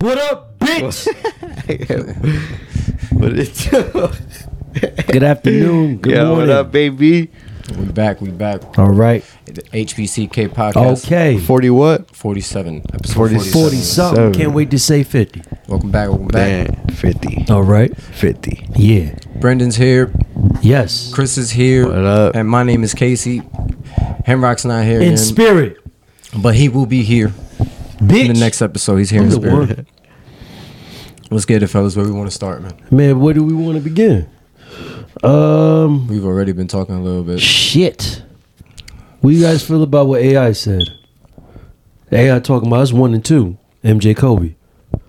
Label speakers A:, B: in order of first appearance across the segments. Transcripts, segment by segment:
A: What up, bitch?
B: but it's
A: Good afternoon. Good
B: yeah,
A: morning.
B: what up, baby?
C: We back, we back.
A: All right.
C: The HBCK podcast.
A: Okay.
B: Forty what?
C: 47. Episode
B: 47.
C: 47.
A: 40 something.
B: Seven.
A: Can't wait to say 50.
C: Welcome back, welcome back.
B: Man, fifty.
A: All right.
B: Fifty.
A: Yeah.
C: Brendan's here.
A: Yes.
C: Chris is here.
B: What up?
C: And my name is Casey. Hemrock's not here
A: In
C: again,
A: spirit.
C: but he will be here
A: Bitch.
C: in the next episode. He's here
A: I'm
C: in
A: the
C: spirit.
A: one.
C: Let's get it, fellas. Where we want to start, man.
A: Man, where do we want to begin? Um,
C: We've already been talking a little bit.
A: shit. What you guys feel about what AI said? AI talking about us one and two, MJ Kobe,
C: All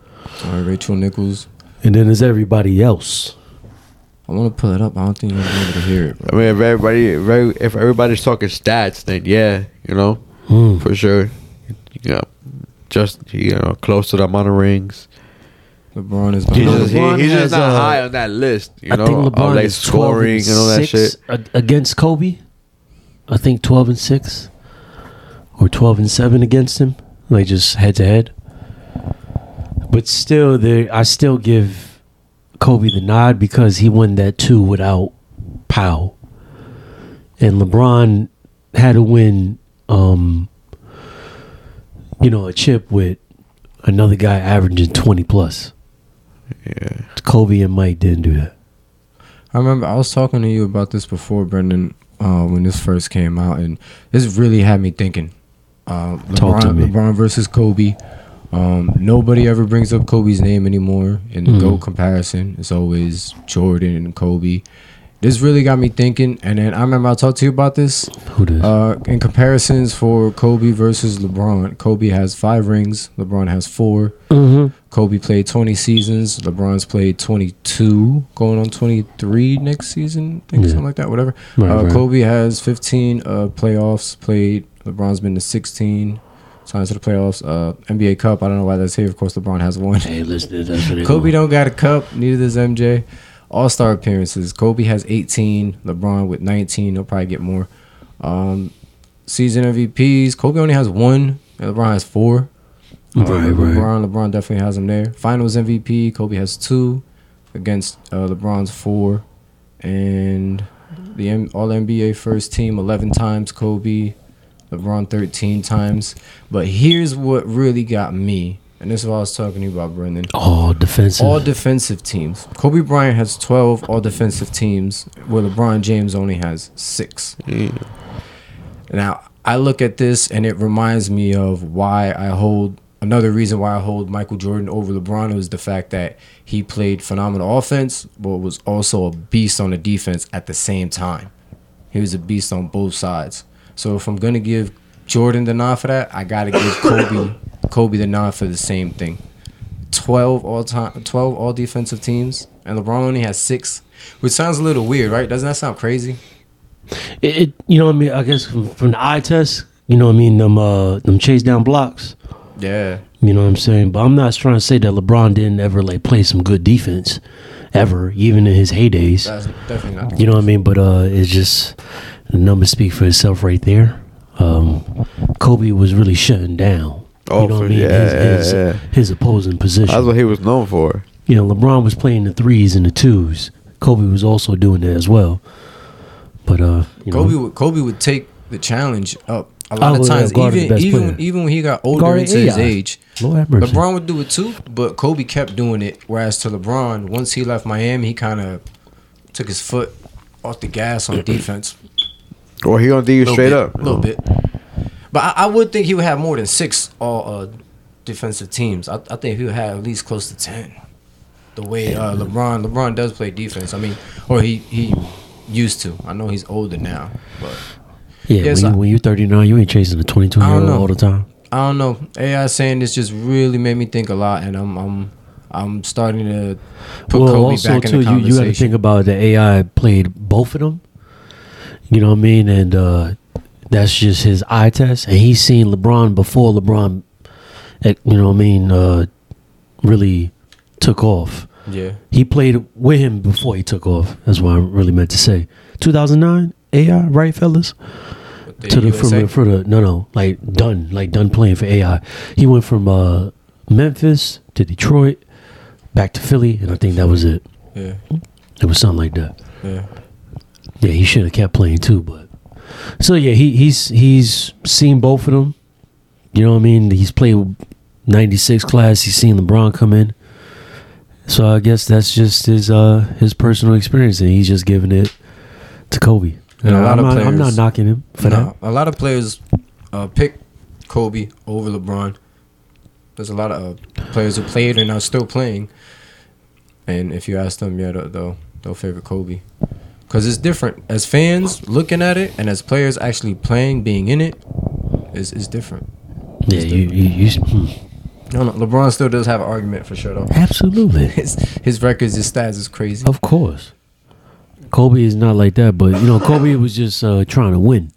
C: right, Rachel Nichols.
A: and then there's everybody else.
C: I want to pull it up. I don't think you're going to be able to hear it, bro.
B: I mean, if everybody, if every- if everybody's talking stats, then yeah, you know,
A: Hmm.
B: for sure. Yeah, just you know, close to the amount of rings.
C: LeBron is
B: He's
A: know,
C: behind.
B: just, he-
A: LeBron
B: he's just
A: has,
B: not
A: uh,
B: high on that list, you
A: I
B: know,
A: think LeBron
B: of like
A: is 12
B: scoring and all that
A: six
B: shit.
A: a- against Kobe. I think twelve and six, or twelve and seven against him, like just head to head. But still, there I still give Kobe the nod because he won that two without Powell, and LeBron had to win, um, you know, a chip with another guy averaging twenty plus.
B: Yeah,
A: Kobe and Mike didn't do that.
C: I remember I was talking to you about this before, Brendan, uh, when this first came out, and this really had me thinking. Uh, LeBron,
A: Talk to me.
C: LeBron versus Kobe. Um, nobody ever brings up Kobe's name anymore in the
A: Mhm.
C: GOAT comparison. It's always Jordan and Kobe. This really got me thinking, and then I remember I talked to you about this.
A: Who did?
C: Uh, in comparisons for Kobe versus LeBron, Kobe has five rings, LeBron has four.
A: mm-hmm.
C: Kobe played 20 seasons. LeBron's played 22, going on 23 next season, I think
A: Yeah.
C: something like that. Whatever.
A: Right,
C: uh,
A: right.
C: Kobe has 15 uh, playoffs played. LeBron's been to 16 times to the playoffs. Uh, NBA Cup. I don't know why that's here. Of course, LeBron has one.
A: Hey, listen, that's what they
C: Kobe
A: do.
C: don't got a cup. Neither does MJ. All star appearances. Kobe has 18. LeBron with 19. He'll probably get more. Um, season MVPs. Kobe only has one. and LeBron has four. Uh,
A: Right, right.
C: LeBron, LeBron definitely has him there. Finals MVP, Kobe has two against uh, LeBron's four, and the M- All NBA first team eleven times, Kobe, LeBron thirteen times. But here's what really got me, and this is what I was talking to you about, Brendan.
A: All defensive.
C: All defensive teams. Kobe Bryant has twelve all defensive teams, where LeBron James only has six.
B: yeah.
C: Now, I look at this and it reminds me of why I hold another reason why I hold Michael Jordan over LeBron was the fact that he played phenomenal offense, but was also a beast on the defense at the same time. He was a beast on both sides. So if I'm gonna give Jordan the nod for that, I gotta give Kobe Kobe the nod for the same thing. Twelve all time, twelve all defensive teams, and LeBron only has six, which sounds a little weird, right? Doesn't that sound crazy?
A: It, it, you know what I mean? I guess from, from the eye test, you know what I mean? Them, uh, them chase down blocks.
C: Yeah.
A: You know what I'm saying? But I'm not trying to say that LeBron didn't ever like play some good defense, ever, even in his heydays.
C: That's definitely not the
A: You know what I mean? But uh, it's just the numbers speak for itself right there. Um, Kobe was really shutting down.
B: Oh,
A: you know what
B: for-
A: I mean?
B: yeah,
A: his, his,
B: yeah, yeah.
A: his opposing position.
B: That's what he was known for.
A: you know, LeBron was playing the threes and the twos. Kobe was also doing that as well. But uh, you
C: Kobe
A: know,
C: would Kobe would take the challenge up a lot
A: I
C: of
A: would
C: times.
A: have guarded the
C: Even
A: best
C: even
A: player.
C: even when he got older
A: Guarded
C: into his
A: AI.
C: age,
A: Lord have mercy.
C: LeBron would do it too. But Kobe kept doing it. Whereas to LeBron, once he left Miami, he kind of took his foot off the gas on defense.
B: Or he gonna do you
C: Little
B: straight
C: bit,
B: up.
C: a little bit. But I, I would think he would have more than six all uh, defensive teams. I, I think he would have at least close to ten. The way uh, LeBron LeBron does play defense. I mean, or he he used to. I know he's older now, but.
A: Yeah,
C: Yes,
A: when,
C: I-
A: you, when you're 39, you ain't chasing a 22
C: I
A: year
C: don't
A: old
C: know.
A: all the time.
C: I don't know. AI saying this just really made me think a lot, and I'm I'm I'm starting to put
A: well,
C: Kobe
A: also
C: back in
A: too,
C: the
A: you, you got to
C: conversation.
A: think about the AI played both of them. You know what I mean? And uh, that's just his eye test, and he's seen LeBron before LeBron, eh, you know what I mean, uh, really took off.
C: yeah,
A: He played with him before he took off. That's what I really meant to say. 2009 AI, right, fellas?
C: With the
A: to the
C: USA.
A: from the, for the no no like done like done playing for AI. He went from uh Memphis to Detroit, back to Philly, and I think that was it.
C: Yeah,
A: It was something like that.
C: yeah.
A: Yeah, he should have kept playing too, but so yeah, he he's he's seen both of them. You know what I mean? He's played '96 class. He's seen LeBron come in. So I guess that's just his uh his personal experience, and he's just giving it to Kobe. And
C: Yeah, a lot
A: I'm,
C: of
A: not, I'm
C: players-
A: not knocking him for
C: No,
A: that.
C: a lot of players uh, pick Kobe over LeBron. There's a lot of uh, players who played and are still playing. And if you ask them, yeah, they'll they'll, they'll favor Kobe because it's different. As fans looking at it, and as players actually playing, being in it, is is different.
A: Yeah, you you, you hmm.
C: No, no, LeBron still does have an argument for sure though.
A: absolutely,
C: His his records, his stats is crazy.
A: of course. Kobe is not like that, but you know, Kobe was just uh, trying to win.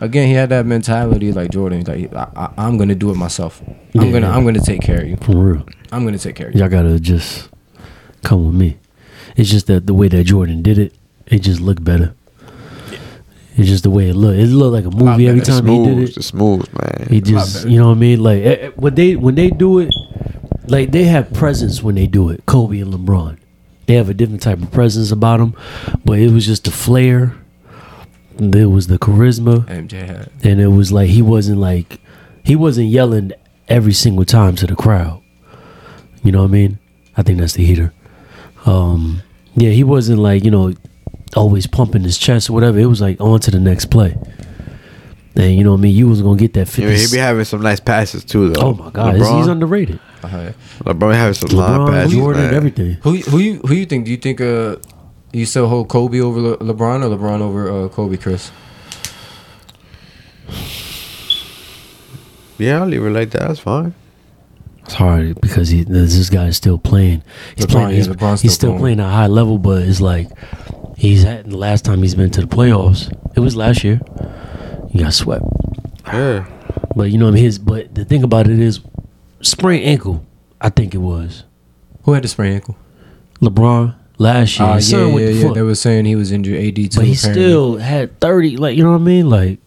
C: Again, he had that mentality like Jordan. Like I, I, I'm gonna do it myself. I'm
A: Yeah,
C: gonna
A: yeah.
C: I'm gonna take care of you.
A: For real,
C: I'm gonna take care of you.
A: y'all gotta just come with me. It's just that the way that Jordan did it, it just looked better. It's just the way it looked. It looked like a
C: lot
A: movie every
C: better.
A: time he did
B: smooth,
A: it.
B: the smooth man.
A: He
C: lot
A: just,
C: better.
A: you know what I mean? Like eh, eh, when they when they do it, like they have presence when they do it. Kobe and LeBron, they have a different type of presence about them. But it was just the flair. There was the charisma,
C: MJ had
A: and it was like he wasn't like he wasn't yelling every single time to the crowd. You know what I mean? I think that's the heater. Um, yeah, he wasn't like you know always pumping his chest or whatever. It was like on to the next play. And you know what I mean? You was gonna get that fifty.
B: You know, he be having some nice passes too, though.
A: Oh my God, he's-
B: LeBron,
A: he's underrated.
C: uh,
B: LeBron having some line
A: LeBron,
B: passes,
A: Jordan,
B: man.
A: everything.
C: Who who you who you think? Do you think uh you still hold Kobe over Le- LeBron or LeBron over uh, Kobe, Chris?
B: Yeah, I'll leave it like that. That's fine.
A: It's hard because he, this guy is still playing. He's
C: LeBron,
A: playing.
C: yeah,
A: he's,
C: LeBron's
A: he's
C: still
A: still playing at a high level, but it's like he's at the last time he's been to the playoffs. It was last year. He got swept,
B: Yeah,
A: but you know what I mean. His but the thing about it is sprained ankle. I think it was
C: Who had the sprained ankle?
A: LeBron last year.
C: Uh,
A: His son
C: yeah,
A: went
C: yeah,
A: to
C: yeah.
A: foot.
C: They were saying he was injured. AD too.
A: but he
C: apparently.
A: still had thirty. Like you know what I mean. Like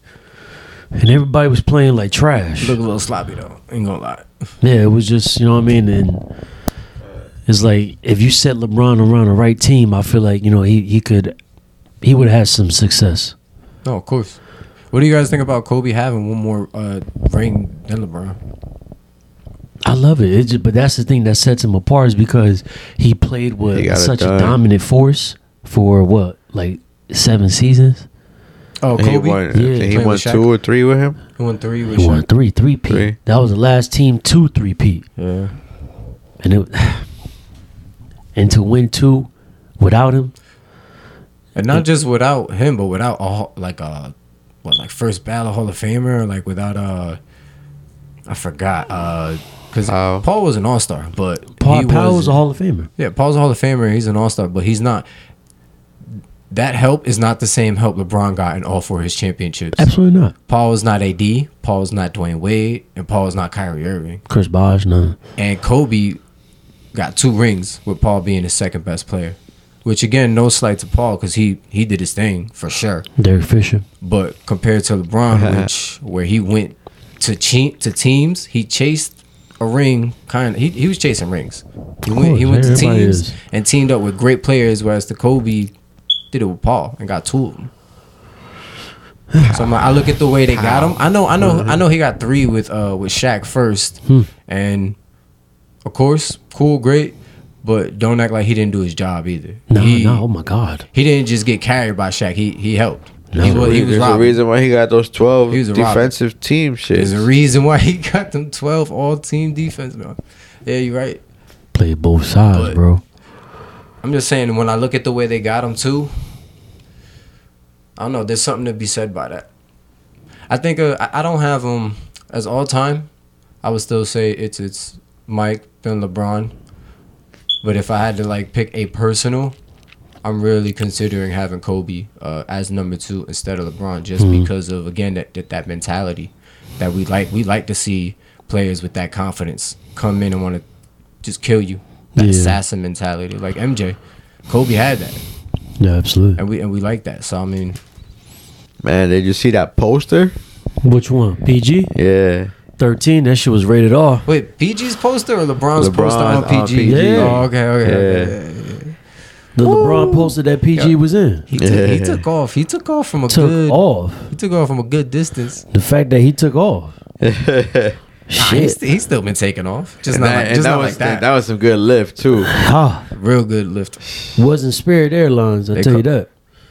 A: and everybody was playing like trash.
C: look a little sloppy though. Ain't gonna lie.
A: Yeah, it was just you know what I mean, and it's like if you set LeBron around the right team, I feel like you know he he could he would have had some success.
C: No, of course. What do you guys think about Kobe having one more uh, ring than LeBron?
A: I love it, it just, but that's the thing that sets him apart is because he played with
B: He got it
A: such a
B: done.
A: dominant force for what like seven seasons.
C: Oh,
B: And he
C: Kobe.
B: won.
A: Yeah.
B: and he
C: Playing
B: won
C: with Shaq.
B: two or three with him.
C: He won three with
A: He won
C: Shaq.
A: three three
B: Three.
A: peat. That was the last team two three peat,
C: Yeah.
A: and it and to win two without him.
C: And not just without him, but without a ho- like a what like first ballot Hall of Famer, or like without uh I forgot uh because
B: Powell.
C: Paul was an All Star, but
A: Paul
C: he
A: Powell was a
C: wasn't-
A: Hall of Famer.
C: yeah Paul's a Hall of Famer. He's an All Star, but he's not. That help is not the same help LeBron got in all four of his championships.
A: Absolutely not.
C: Paul is not AD. Paul is not Dwayne Wade, and Paul is not Kyrie Irving.
A: Chris Bosh, none.
C: And Kobe got two rings with Paul being his second best player, which again, no slight to Paul because he he did his thing for sure.
A: Derek Fisher.
C: But compared to LeBron, which where he went to che- to teams, he chased a ring. Kind of, he, he was chasing rings. He went, he
A: course,
C: went to
A: everybody
C: teams
A: is.
C: and teamed up with great players, whereas the Kobe did it with Paul and got two of them. So I'm like, I look at the way they got him. I know, I know, I know. He got three with uh with Shaq first,
A: Hmm.
C: and of course, cool, great. But don't act like he didn't do his job either.
A: No,
C: he,
A: no, oh my God.
C: he didn't just get carried by Shaq. He he helped.
A: No.
C: he, was, he was
B: There's a
C: robbing.
B: reason why he got those twelve
C: He was a robber.
B: defensive team
C: There's
B: shit.
C: a reason why he got them 12 all team defense, man. Yeah, you're right.
A: Play both sides,
C: But-
A: bro.
C: I'm just saying, when I look at the way they got him, too, I don't know. There's something to be said by that. I think uh, I- I don't have him as all time. I would still say it's it's Mike, then LeBron. But if I had to like pick a personal, I'm really considering having Kobe uh, as number two instead of LeBron, just because of again that, that that mentality that we like. We like to see players with that confidence come in and want to just kill you, that
A: Yeah.
C: assassin mentality. Like MJ, Kobe had that,
A: Yeah, absolutely.
C: and we and we like that. So I mean,
B: Man, did you see that poster?
A: Which one? PG?
B: Yeah,
A: 13, that shit was rated R.
C: Wait, PG's poster or LeBron's poster on
B: LeBron's on
C: PG?
B: PG.
A: Yeah.
C: Oh, okay, okay, okay.
A: The LeBron posted that PG
C: Yeah.
A: was in.
C: He, took, he
B: Yeah.
C: took off. He took off from a
A: Took
C: good.
A: off.
C: He took off from a good distance.
A: The fact that he took off.
C: Nah, he's,
A: Shit.
C: he's still been taking off. Just
B: And
C: not,
B: that,
C: like,
B: and
C: just
B: that
C: not
B: was
C: like that.
B: that was some good lift too.
A: Ha.
C: Real good lift.
A: Wasn't Spirit Airlines, I'll
C: They
A: tell
C: co-
A: you that.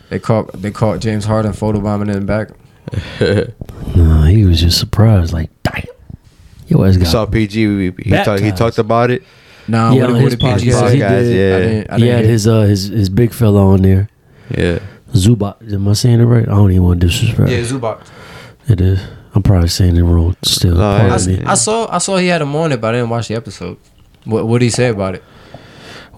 C: They caught they caught James Harden photobombing in the back.
A: No, he was just surprised, like, damn. Yo, ass
B: You
A: got
B: saw PG. we- He, talked. He
A: Baptized.
B: talked about it.
C: Nah,
A: Yeah,
C: what,
A: on
C: what
A: his
C: did PG
A: podcast,
C: say?
A: he
B: Podcast,
A: did.
B: yeah.
C: I didn't, I
A: he
C: didn't
A: had
C: hear-
A: his uh his his big fella on there.
B: Yeah.
A: Zubat. Am I saying it right? I don't even want to disrespect.
C: Yeah, Zubac.
A: It is. I'm probably saying it wrong still.
B: No,
A: Pardon
C: I,
B: it's-
A: me.
B: Yeah.
C: I saw I saw he had him on it, but I didn't watch the episode. What what did he say about it?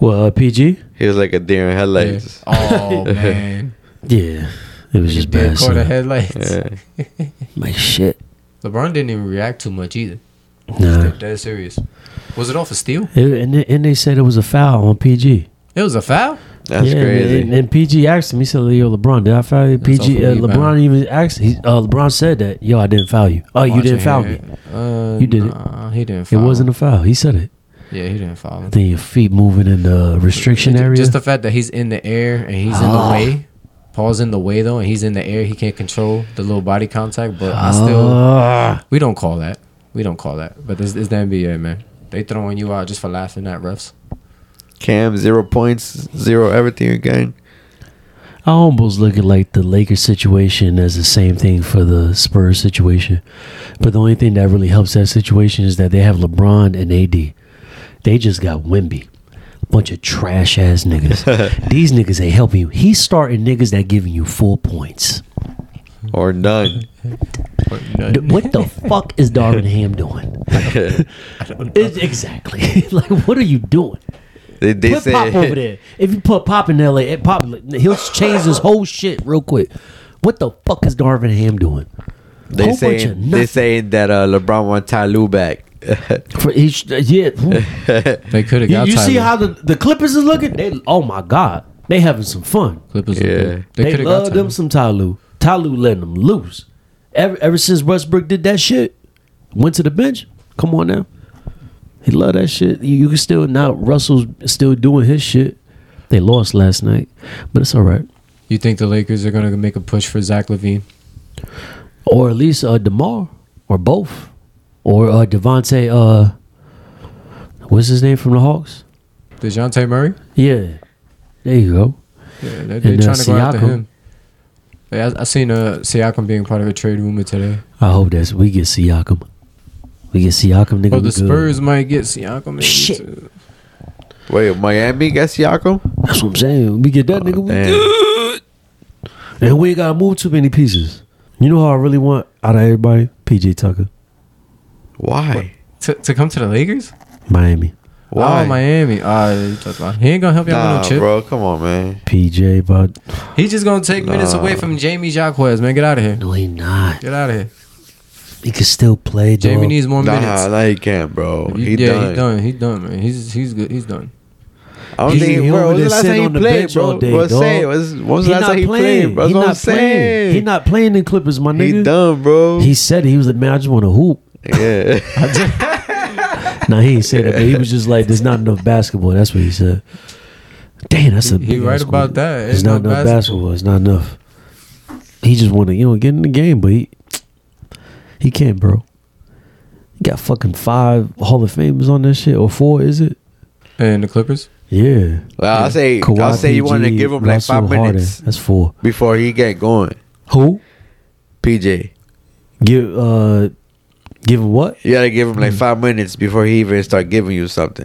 A: Well, uh, PG.
B: He was like a deer in headlights.
C: Oh man,
A: Yeah, it was just
C: Dead
A: bad.
C: caught in
A: son.
C: headlights.
B: Yeah.
A: Like shit.
C: LeBron didn't even react too much either.
A: Nah.
C: Dead, dead serious. Was it off a steal?
A: It- and they, and they said it was a foul on PG.
C: It was a foul.
B: That's
A: yeah, and-
B: crazy.
A: And, and PG asked him. He said, "Yo, LeBron, did I foul you?" PG.
C: awful
A: Uh,
C: deep,
A: LeBron
C: man.
A: even asked. He, uh, LeBron said that. Yo, I didn't foul you. Oh, you
C: Watch
A: didn't
C: it.
A: foul me.
C: Uh,
A: You did it.
C: nah, He didn't.
A: It
C: Foul.
A: wasn't a foul. He said it.
C: yeah, he didn't foul.
A: I
C: him.
A: think your feet moving in the restriction
C: Ju-
A: area.
C: Just the fact that he's in the air and he's in
A: Oh.
C: the way. Paul's in the way though, and he's in the air. He can't control the little body contact, but I still
A: Ah.
C: we don't call that. We don't call that. But this is the NBA, man. They throwing you out just for laughing at refs.
B: Cam zero points, zero everything again.
A: I almost look at like the Lakers situation as the same thing for the Spurs situation, but the only thing that really helps that situation is that they have LeBron and AD. They just got Wimby, a bunch of trash ass niggas. These niggas ain't helping you. He's starting niggas that giving you four points.
B: Or none.
A: Th- What the fuck is Darvin Ham doing? It's- exactly. like, what are you doing?
B: They, they
A: put Pop over there. If you put Pop in LA, it Pop he'll change this whole shit real quick. What the fuck is Darvin Ham doing?
B: They
A: Whole bunch of
B: saying they
A: nothing.
B: saying that uh, LeBron want Tyloo back. Uh,
A: For each, yeah. you
C: They could have got
A: you see
C: Tyler.
A: how the, the Clippers is looking? They oh my god, they having some fun.
C: Clippers.
B: Yeah.
C: They,
A: They,
C: could have got
A: love
C: Tyler.
A: them some Tyloo. Tyloo letting them loose. Ever ever since Westbrook did that shit, went to the bench. Come on now, he love that shit. You, you can still now Russell's still doing his shit. They lost last night, but it's all right.
C: You think the Lakers are gonna make a push for Zach Levine?
A: or at least uh, Demar, or both, or uh, Devonte. Uh, what's his name from the Hawks?
C: Dejounte Murray?
A: Yeah, there you go.
C: Yeah, they, they're
A: And, uh,
C: trying to go after
A: Siakam.
C: him. Yeah, I, I seen uh, Siakam being part of a trade rumor today.
A: I hope that's we get Siakam. We get Siakam, nigga.
C: But
A: we
B: Oh,
C: Oh, the
A: good.
C: Spurs might get Siakam. Maybe
A: Shit.
C: too.
B: Wait, Miami gets Siakam?
A: That's what I'm saying. We get that nigga. we
B: Oh, Damn.
A: good. And we ain't gotta move too many pieces. You know how I really want out of everybody? PJ Tucker,
B: Why?
C: To, to come to the Lakers?
A: Miami.
B: Why?
C: Oh, Miami. Uh, that's why. he ain't gonna help y'all with
B: Nah,
C: no chip.
B: bro, come on, man.
A: PJ, but
C: He's just gonna take minutes away from Jamie Jacques, man. Get out of here.
A: no, he not.
C: Get out of here.
A: He can still play. Dog.
C: Jamie needs more
B: Nah,
C: minutes.
B: nah, he can't, bro.
C: You-
B: He
C: yeah,
B: done.
C: he done. He done, man. He's he's good. He's done.
B: I don't
A: He-
B: think,
A: he over
B: bro, when was
A: there
B: the last
A: sitting on
B: time
A: the
B: he played,
A: bench
B: bro?
A: all day,
B: What's
A: dog.
B: saying? What's,
A: He
B: what's the last
A: not
B: time he played, bro?
A: He
B: That's what I'm
A: not playing. He
B: saying.
A: not playing in Clippers, my nigga.
B: He done, bro.
A: He said he was the man. I just want to hoop.
B: yeah.
A: Nah, he ain't say that. But he was just like, "There's not enough basketball." That's what he said. Damn, that's a
C: He- he
A: big
C: right
A: ass
C: about
A: quote.
C: that. Ain't
A: There's not
C: no
A: enough
C: basketball.
A: basketball. It's not enough. He just want to, you know, get in the game, but he he can't, bro. He got fucking five Hall of Famers on that shit, or four? Is it?
C: And the Clippers.
A: Yeah.
B: well, I'll say, I'll say you want to
A: PG,
B: give him like
A: Russell,
B: five
A: Harden.
B: minutes
A: That's four.
B: before he get going.
A: Who
B: PJ.
A: give uh give him what?
B: You gotta give him
A: Hmm.
B: like five minutes before he even start giving you something.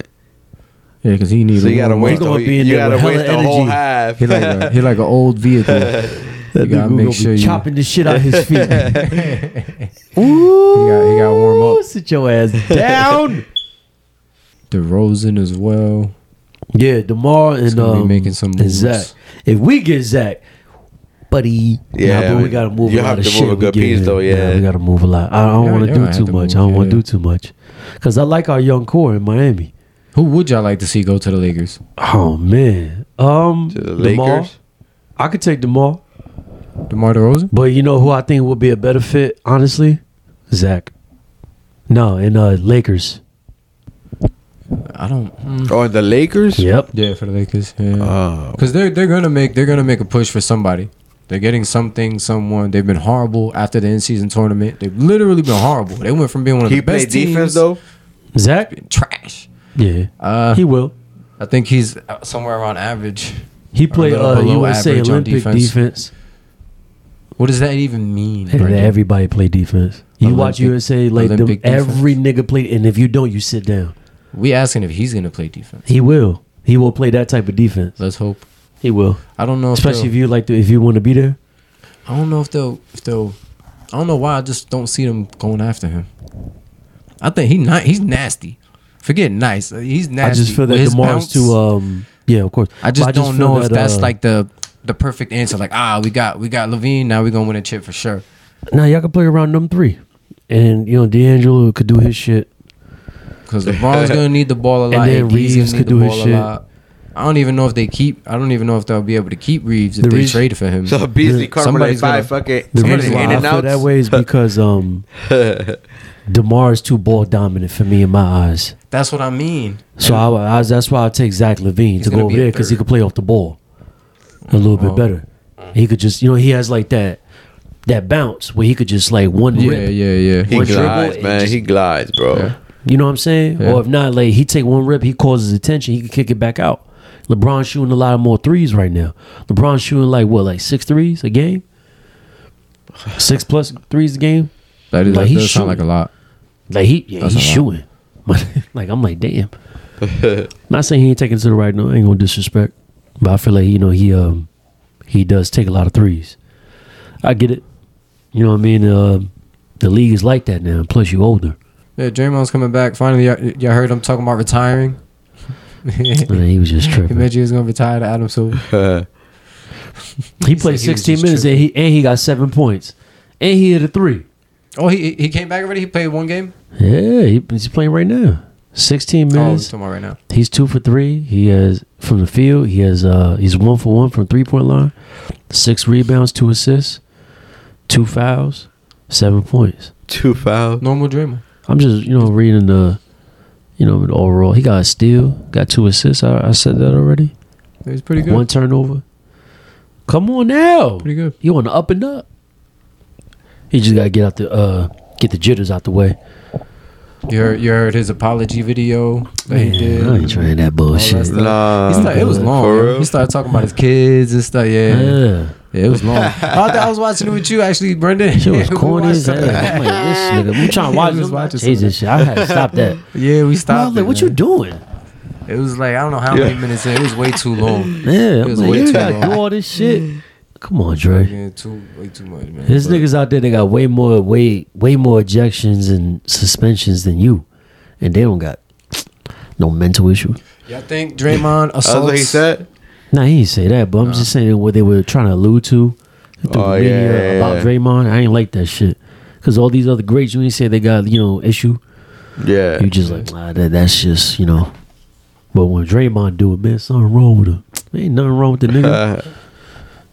C: Yeah, because he needs.
B: So you gotta
A: He
B: wait.
A: gonna
B: The,
A: be in
B: you
A: there
B: gotta
A: with
B: wait
A: hella
B: the whole
A: energy.
B: half.
C: He like a, he like an old vehicle.
A: That
C: You gotta
A: nigga
C: make
A: gonna
C: sure
A: be
C: you-
A: chopping the shit out his feet.
C: got- he gotta warm up.
A: Ooh, Sit your ass down.
C: DeRozan as well.
A: yeah, Demar and
C: gonna be
A: um,
C: making some
A: and
C: moves.
A: Zach. If we get Zach, buddy,
B: Yeah,
A: nah, but we
B: we-
A: gotta move
B: you
A: a lot
B: have
A: of
B: to
A: shit.
B: move a
A: we
B: good
A: get
B: piece,
A: in.
B: though, yeah.
A: we gotta move a lot. I don't
C: Yeah,
A: want
C: yeah,
A: to do
C: I
A: too
C: had to
A: much. I
C: move,
A: don't want
C: yeah.
A: to do too much because I like our young core in Miami.
C: Who would y'all like to see go to the Lakers?
A: Oh man, um,
B: To the
A: Demar.
B: Lakers.
A: I could take Demar,
C: DeMar DeRozan.
A: but you know who I think would be a better fit, honestly, Zach. No, in uh, Lakers.
C: I don't. mm.
B: Oh, and the Lakers.
A: Yep.
C: Yeah, for the Lakers. Yeah.
B: Oh,
C: Because they're they're gonna make they're gonna make a push for somebody. They're getting something, someone. They've been horrible after the in season tournament. They've literally been horrible. They went from being one of
B: he
C: the best
B: played
C: teams,
B: defense though.
A: Zach.
C: Uh, trash.
A: Yeah,
C: Uh,
A: he will.
C: I think he's uh, somewhere around average.
A: He played
C: little
A: uh,
C: below
A: USA
C: average on
A: Olympic
C: defense.
A: defense.
C: What does that even mean?
A: Hey,
C: Brendan?
A: everybody play defense. You watch
C: Olympic-
A: USA like them,
C: Olympic defense.
A: every nigga play, and if you don't, you sit down.
C: We asking if he's gonna play defense.
A: He will. He will play that type of defense.
C: Let's hope.
A: He will,
C: I don't know. If
A: especially
C: Especially,
A: if you like to, if you want to be there.
C: I don't know if they'll if they'll. I don't know why I just don't see them going after him. I think he not. He's nasty. Forget nice. uh, He's nasty.
A: I just feel
C: With
A: that
C: his
A: Demar's
C: bounce-
A: too. Um, yeah, of course.
C: I just
A: But
C: don't
A: feel
C: know if
A: that,
C: that's
A: uh,
C: like the the perfect answer. Like ah, we got we got Levine. Now we're gonna win a chip for sure.
A: Now y'all can play around them three, and you know D'Angelo could do his shit.
C: Because LeBron's gonna need the ball a
A: And
C: lot.
A: then
C: AD's gonna
A: Reeves
C: need
A: could
C: the
A: do his
C: ball a
A: shit.
C: lot. I don't even know if they keep. I don't even know if they'll be able to keep Reeves if
A: The
C: they
A: reason-
C: traded for him.
B: So Beasley Carmelo
C: Somebody's
B: like five
C: gonna-
B: fucking
A: The
B: in
A: reason why
B: and
A: I feel
B: out.
A: that way is because um, Demar is too ball dominant for me in my eyes.
C: That's what I mean.
A: So I, I, that's why I take Zach Levine to
C: gonna
A: go over
C: be a
A: there because he
C: third. Oh.
A: could play off the ball a little
C: Well.
A: bit better. He could just, you know, he has like that that bounce where he could just like one
C: Yeah,
A: rip.
C: yeah, yeah.
B: He
A: One dribble
B: glides,
A: and
B: man.
A: just-
B: He glides, bro.
C: Yeah.
A: You know what I'm saying?
C: Yeah.
A: Or if not, like he take one rip, he causes attention. He could kick it back out. LeBron shooting a lot of more threes right now. LeBron shooting like what, like six threes a game? Six plus threes a game.
C: That is.
A: But
C: that
A: he
C: does sound
A: shooting.
C: like a lot.
A: Like he, yeah,
C: That's
A: he's
C: a lot.
A: shooting. like I'm like, damn. Not saying he ain't taking it to the right. No, ain't gonna disrespect. But I feel like you know he um he does take a lot of threes. I get it. You know what I mean? Uh, the league is like that now. Plus, you older.
C: Yeah, Draymond's coming back. Finally, y'all, y'all heard him talking about retiring.
A: Man, he was just
C: He
A: tripping.
C: mentioned he was gonna retire to Adam Silver.
A: He
C: said he
A: played
C: was
A: 16
C: just
A: minutes and he and he got seven points and he hit a three.
C: Oh, he he came back already. He played one game.
A: Yeah, he, he's playing right now. 16
C: Oh, he's
A: minutes.
C: talking about right now.
A: He's two for three. He has from the field. He has uh he's one for one from three point line, six rebounds, two assists, two fouls, seven points.
B: Two fouls.
C: Normal Draymond.
A: I'm just you know reading the, you know the overall. He got a steal, got two assists. I, I said that already.
C: He's pretty good.
A: One turnover. Come on now,
C: Pretty good.
A: you on the up and up. He just gotta get out the uh get the jitters out the way.
C: You heard, you heard his apology video that he did.
A: Man, I ain't trying that bullshit.
C: stuff.
B: Nah,
C: He started, it was
B: For
C: long.
B: real?
C: He started talking about his kids and stuff. Yeah, yeah.
A: Yeah,
C: it was long. I, thought I was watching it with you actually, Brendan.
A: shit was
C: We
A: corny
C: watched
A: as hell.
C: something.
A: I'm like, this nigga, we trying to
C: Yeah,
A: watch
C: we was
A: this. I'm like,
C: watching
A: Jesus, shit, I had to stop that.
C: Yeah, we
A: I was
C: stopped.
A: like,
C: it,
A: what you
C: man.
A: doing?
C: It was like I don't know how many
B: Yeah.
C: minutes. in. It was way too long.
A: Yeah, I'm
C: was
A: like,
C: way
A: you
C: too
A: gotta
C: long.
A: do all this shit. Come on, Dre.
C: Yeah, too way too much, man.
A: There's
C: But
A: niggas out there that got way more, way, way more ejections and suspensions than you, and they don't got no mental issue.
C: Y'all think Draymond assaults?
B: That's what he said.
A: Nah, he didn't say that, but I'm just saying what they were trying to allude to through
B: Oh,
A: the
B: yeah,
A: media
B: yeah, yeah.
A: about Draymond. I ain't like that shit. Cause all these other greats, you ain't say they got you know issue.
B: Yeah.
A: You just like nah, that, that's just you know. But when Draymond do it, man, something wrong with him. Ain't nothing wrong with the nigga.
B: Uh,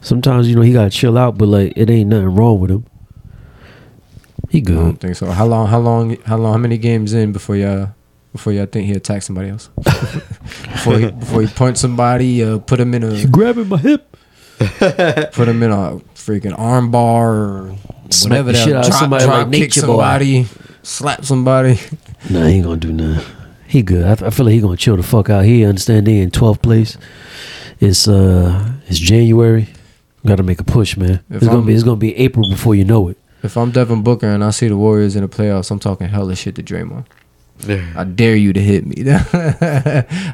A: Sometimes you know he gotta chill out, but like it ain't nothing wrong with him. He
C: I don't
A: good.
C: think so. How long? How long? How long? How many games in before y'all? Before y'all think he attacked somebody else? before he, before he punched somebody, uh, put him in a
A: grabbing my hip,
C: put him in a freaking arm bar or
A: Smack
C: whatever
A: the
C: that
A: shit out of
C: drop,
A: somebody
C: drop
A: like
C: kick
A: Nature Boy.
C: somebody, slap somebody.
A: Nah, he ain't gonna do nothing. He good. I, I feel like he gonna chill the fuck out. He understand they in twelfth place. It's uh, it's January. Got to make a push, man.
C: If
A: it's gonna
C: I'm-
A: be it's gonna be April before you know it.
C: If I'm Devin Booker and I see the Warriors in the playoffs, I'm talking hella shit to Draymond.
B: yeah.
C: I dare you to hit me.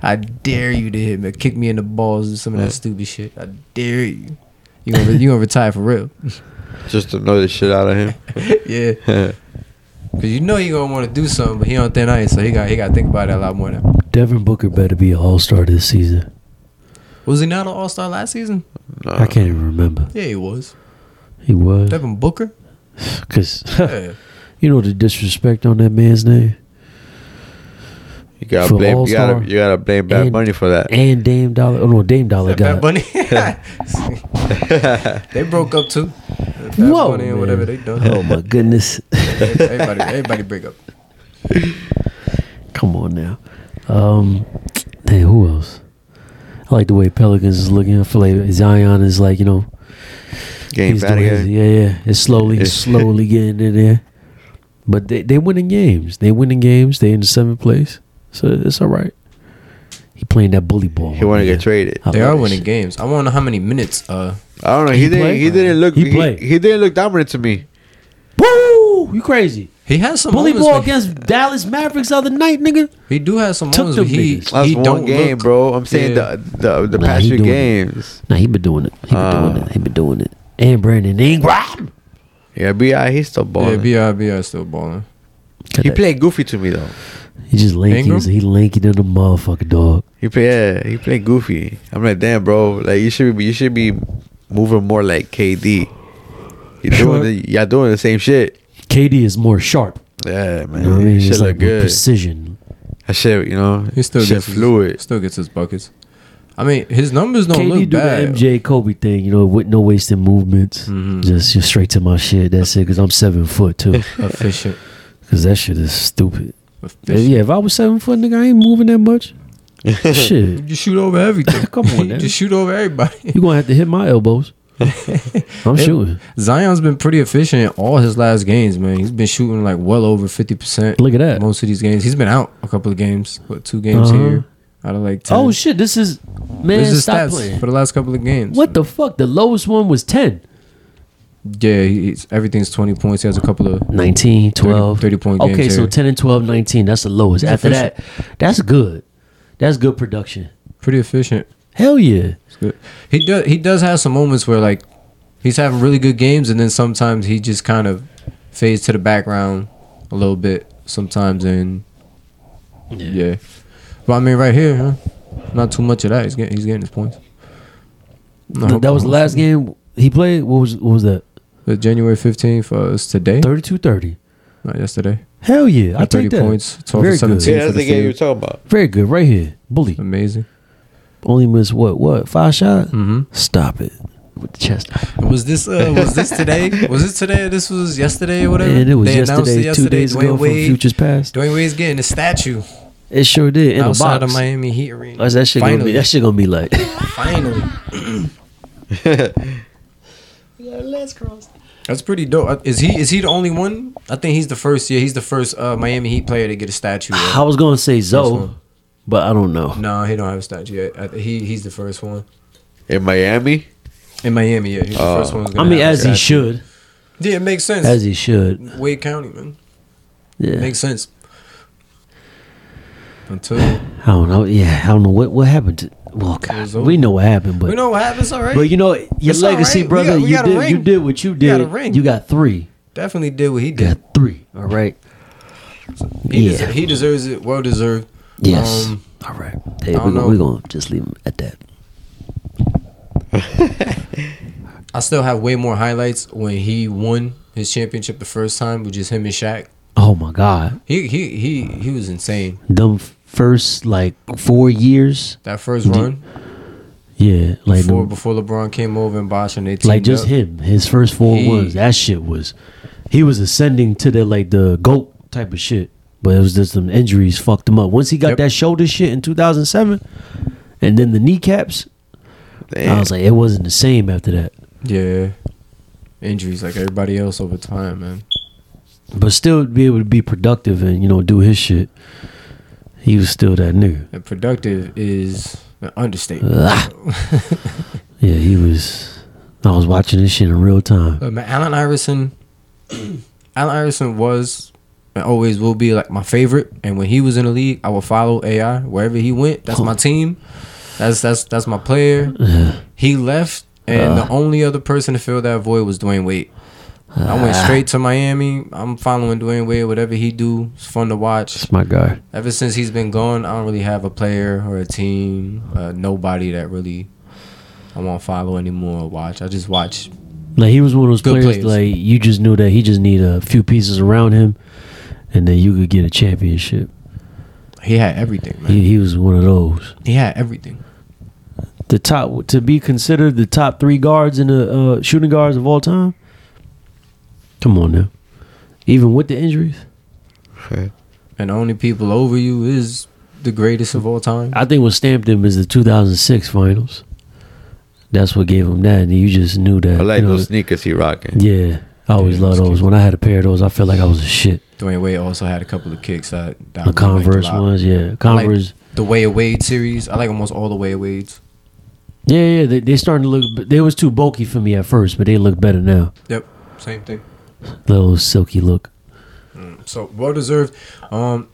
C: I dare you to hit me. Kick me in the balls or some of that stupid shit. I dare you. You gonna, you gonna retire for real?
B: Just to know the shit out of him.
C: yeah. Cause you know he gonna want to do something, but he on thin ice, so he got he got to think about it a lot more now.
A: Devin Booker better be an All Star this season.
C: Was he not an All Star last season?
B: Nah.
A: I can't even remember.
C: Yeah, he was.
A: He was
C: Uh. Devin Booker.
A: because
C: Yeah.
A: you know the disrespect on that man's name
B: You gotta
A: For
B: blame. You
A: All-Star
B: gotta, you gotta blame Bad
A: and-
B: Bunny for that.
A: and Dame Dollar. Oh no, Dame Dollar got
C: Bad
A: it.
C: Bunny. they broke up too. Bad
A: Whoa,
C: Bunny and
A: man.
C: whatever they done.
A: Oh my goodness.
C: Everybody, everybody break up.
A: Come on now. Um, dang, who else? I like the way Pelicans is looking. I feel like Zion is like you know
B: Game
A: he's
B: bad
A: doing his-
B: again.
A: yeah, yeah. It's slowly, it's slowly getting in there. But they they winning games. They winning games. They in the seventh place, so it's all right. He playing that bully ball.
B: He want to
A: man.
B: get traded.
A: I
C: They
A: love
C: are
A: that
C: winning
A: shit.
C: games. I want to know how many minutes. Uh,
B: I don't know. He,
A: He
B: didn't.
A: played?
B: He didn't look.
A: He
B: He,
A: played.
B: he didn't look dominant to me.
A: Woo! You crazy?
C: he has some
A: Bully
C: moments.
A: ball
C: but he-
A: against Dallas Mavericks other night, nigga.
C: He do have some
A: Took
C: moments.
A: them
C: But he
A: niggas.
B: That's
C: he
B: one
C: don't
B: game,
C: look,
B: bro. I'm saying
C: Yeah.
B: the the the
A: Nah,
B: past
A: he
B: few
A: doing it.
B: games.
A: Nah, he been doing it. He been
B: Uh.
A: doing it. He been doing it. And Brandon Ingram.
B: Yeah, bi he's still
C: Yeah,
B: balling.
C: Bi Bi still balling.
A: Cut
B: he
A: that.
B: played goofy to me though.
A: He just lanky.
C: Ingram?
A: He lanky than a motherfucker, dog.
B: He play yeah, he played goofy. I'm like, damn, bro. Like you should be you should be moving more like KD. You doing
A: Sure.
B: the, y'all doing the same shit.
A: KD is more sharp.
B: Yeah, man.
A: You know what I mean?
B: Shit
A: It's
B: look
A: like with
B: good.
A: precision.
B: That shit, you know.
C: He still
B: shit
C: gets
B: fluid.
C: His, still gets his buckets. I mean, his numbers don't
A: KD
C: look
A: do
C: bad. Mm-hmm.
A: the MJ Kobe thing, you know, with no wasted movements. Just, just straight to my shit. That's it. Because I'm seven foot too.
C: Efficient.
A: Because that shit is stupid.
C: Efficient.
A: Yeah, if I was seven foot, nigga, I ain't moving that much. shit,
C: You shoot over everything.
A: Come on, man.
C: you just shoot over everybody.
A: you gonna have to hit my elbows. I'm shooting.
C: Zion's been pretty efficient in all his last games, man. He's been shooting like well over fifty percent.
A: Look at that.
C: Most of these games, he's been out a couple of games. What two games
A: Uh-huh.
C: here out of like ten?
A: Oh shit, this is man.
C: This is
A: stop
C: stats
A: playing.
C: for the last couple of games.
A: What the fuck? The lowest one was 10.
C: Yeah, he's, everything's twenty points. He has a couple of
A: 19,
C: 12. 30 point
A: Okay,
C: games
A: so
C: here.
A: 10 and 12, 19. That's the lowest.
C: Yeah,
A: After
C: for
A: that, that's good. That's good production.
C: pretty efficient.
A: Hell yeah.
C: It's good. He does. He does have some moments where like he's having really good games, and then sometimes he just kind of fades to the background a little bit. Sometimes and yeah. But I mean, right here, huh? not too much of that. He's getting. He's getting his points. I
A: Th-
C: hope-
A: that was the last game he played. What was what was that?
C: The January fifteenth uh, is today,
A: 32 30.
C: not yesterday.
A: Hell yeah. I
C: Thirty
A: take that.
C: points, twelve
A: Very
C: to seventeen.
B: Yeah,
C: for
B: that's the
C: the
B: game you were
C: field.
B: talking about.
A: Very good. Right here. Bully.
C: Amazing.
A: Only missed what? What? Five shot?
C: Mm-hmm.
A: Stop it. With the chest.
C: Was this uh, was this today? was this today? This was yesterday or whatever.
A: And it was
C: uh, They announced
A: yesterday,
C: it
A: two days
C: Dwayne
A: ago
C: Wade,
A: from Futures Past.
C: Dwayne Wade's getting a statue
A: It sure did. In a
C: outside of
A: box.
C: Miami Heat arena.
A: That's- that shit gonna be
C: Finally.
A: that shit gonna be like
C: Finally, that's pretty dope. Uh, Is he is he the only one? I think he's the first. Yeah, he's the first uh, Miami Heat player to get a statue. yet.
A: I was gonna say
C: one.
A: Zoe, but I don't know.
C: No, he don't have a statue yet. I, th- he he's the first one
B: In Miami?
C: in Miami. Yeah, he's the
B: Oh.
C: first one. who's
A: I
C: gonna
A: mean,
C: have a
A: as he
C: statue.
A: should,
C: Yeah, it makes sense.
A: as he should.
C: Wade County, man,
A: Yeah,
C: makes sense. Until
A: I don't know. Yeah, I don't know what what happened to. Well,
C: was
A: God,
C: over.
A: we know what happened, but
C: we know what happens already.
A: but you know your
C: It's all right.
A: legacy,
C: We
A: brother.
C: got- we
A: you
C: got a
A: did you
C: ring.
A: did what you
C: got
A: did.
C: a ring.
A: You got three.
C: Definitely did what he
A: You
C: did.
A: got three. All right.
C: Um, He,
A: Yeah.
C: deser- he deserves it. Well deserved.
A: Yes.
C: Um,
A: all right. Hey,
C: I
A: we're
C: don't
A: gonna,
C: know.
A: we gonna just leave him at that.
C: I still have way more highlights when he won his championship the first time with just him and Shaq.
A: Oh my God,
C: He he he he was insane.
A: them first like four years.
C: That first run
A: Yeah, like
C: before
A: them-
C: before LeBron came over and Bosh and they teamed
A: like just
C: up.
A: him, his first four
C: He-
A: ones. That shit was, he was ascending to the like the goat type of shit. But it was just some injuries fucked him up. Once he got
C: Yep.
A: that shoulder shit in 2007, and then the kneecaps, I
B: Damn.
A: was like, it wasn't the same after that.
C: Yeah, injuries like everybody else over time, man.
A: But still be able to be productive and you know do his shit. He was still that nigga.
C: And productive is an understatement.
A: Ah. yeah, he was. I was watching this shit in real time.
C: But man, Allen Iverson, Allen Iverson was and always will be like my favorite. And when he was in the league, I would follow AI wherever he went. That's my team. That's that's that's my player. He left, and the only other person to fill that void was Dwayne Wade. I went straight to Miami. I'm following Dwayne Wade. Whatever he do, it's fun to watch.
A: That's my guy.
C: Ever since he's been gone, I don't really have a player or a team, uh, nobody that really I won't follow anymore or watch. I just watch
A: Like he was one of those
C: Good
A: players,
C: players.
A: Like you just knew that he just need a few pieces around him, and then you could get a championship.
C: He had everything, man.
A: He, he was one of those.
C: He had everything.
A: The top to be considered the top three guards in the uh, shooting guards of all time. Come on now, even with the injuries,
C: and the only people over you is the greatest of all time.
A: I think what stamped him is the 2006 finals. That's what gave him that, and you just knew that.
B: I like
A: you know,
B: those sneakers he rocking.
A: yeah, I always
C: Yeah,
A: loved
C: those
A: those. When I had a pair of those, I felt like I was a shit.
C: Dwayne Wade also had a couple of kicks that, that I really
A: The
C: liked a
A: Converse
C: lot.
A: ones, yeah, Converse.
C: the Way of Wade series. I like almost all the Way of Wades.
A: yeah, yeah, they, they starting to look. They was too bulky for me at first, but they look better now.
C: Yep, same thing.
A: Little silky look.
C: So well deserved. Um,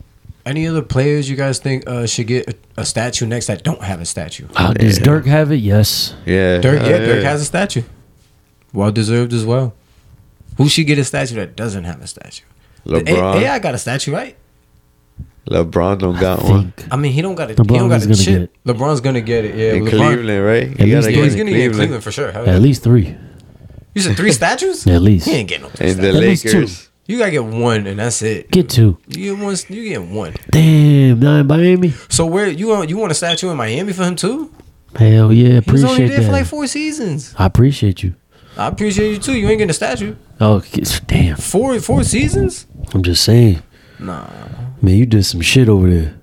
C: any other players you guys think uh, should get a, a statue next that don't have a statue?
A: Uh, Does
B: Yeah.
A: Dirk have it? Yes.
B: Yeah,
C: Dirk,
B: hell
C: yeah, Dirk has a statue. Well deserved as well. Who should get a statue that doesn't have a statue? The
B: LeBron.
C: A- AI got a statue, right?
B: LeBron don't got one.
A: Think.
C: I mean, he don't got it. He
A: LeBron
C: don't got
A: is
C: a
A: gonna
C: shit. LeBron's gonna get it. Yeah,
B: In
C: LeBron.
B: Cleveland, right? He
A: least
B: gotta
A: they-
C: Yeah,
B: get
C: he's
B: in
C: gonna get Cleveland for sure. Hell yeah.
A: At least three.
C: You said three statues?
A: At least.
C: He ain't getting no three
B: And the
C: statues.
A: At least two.
B: Lakers.
C: You gotta get one, and that's it.
A: Get two.
C: You get one. You get one.
A: Damn, not in Miami.
C: So where you want you want a statue in Miami for him too?
A: Hell yeah,
C: He was
A: appreciate
C: only there
A: that.
C: for like four seasons.
A: I appreciate you.
C: I appreciate you too. You ain't getting a statue.
A: Oh damn,
C: Four four seasons?
A: I'm just saying,
C: Nah.
A: man, you did some shit over there.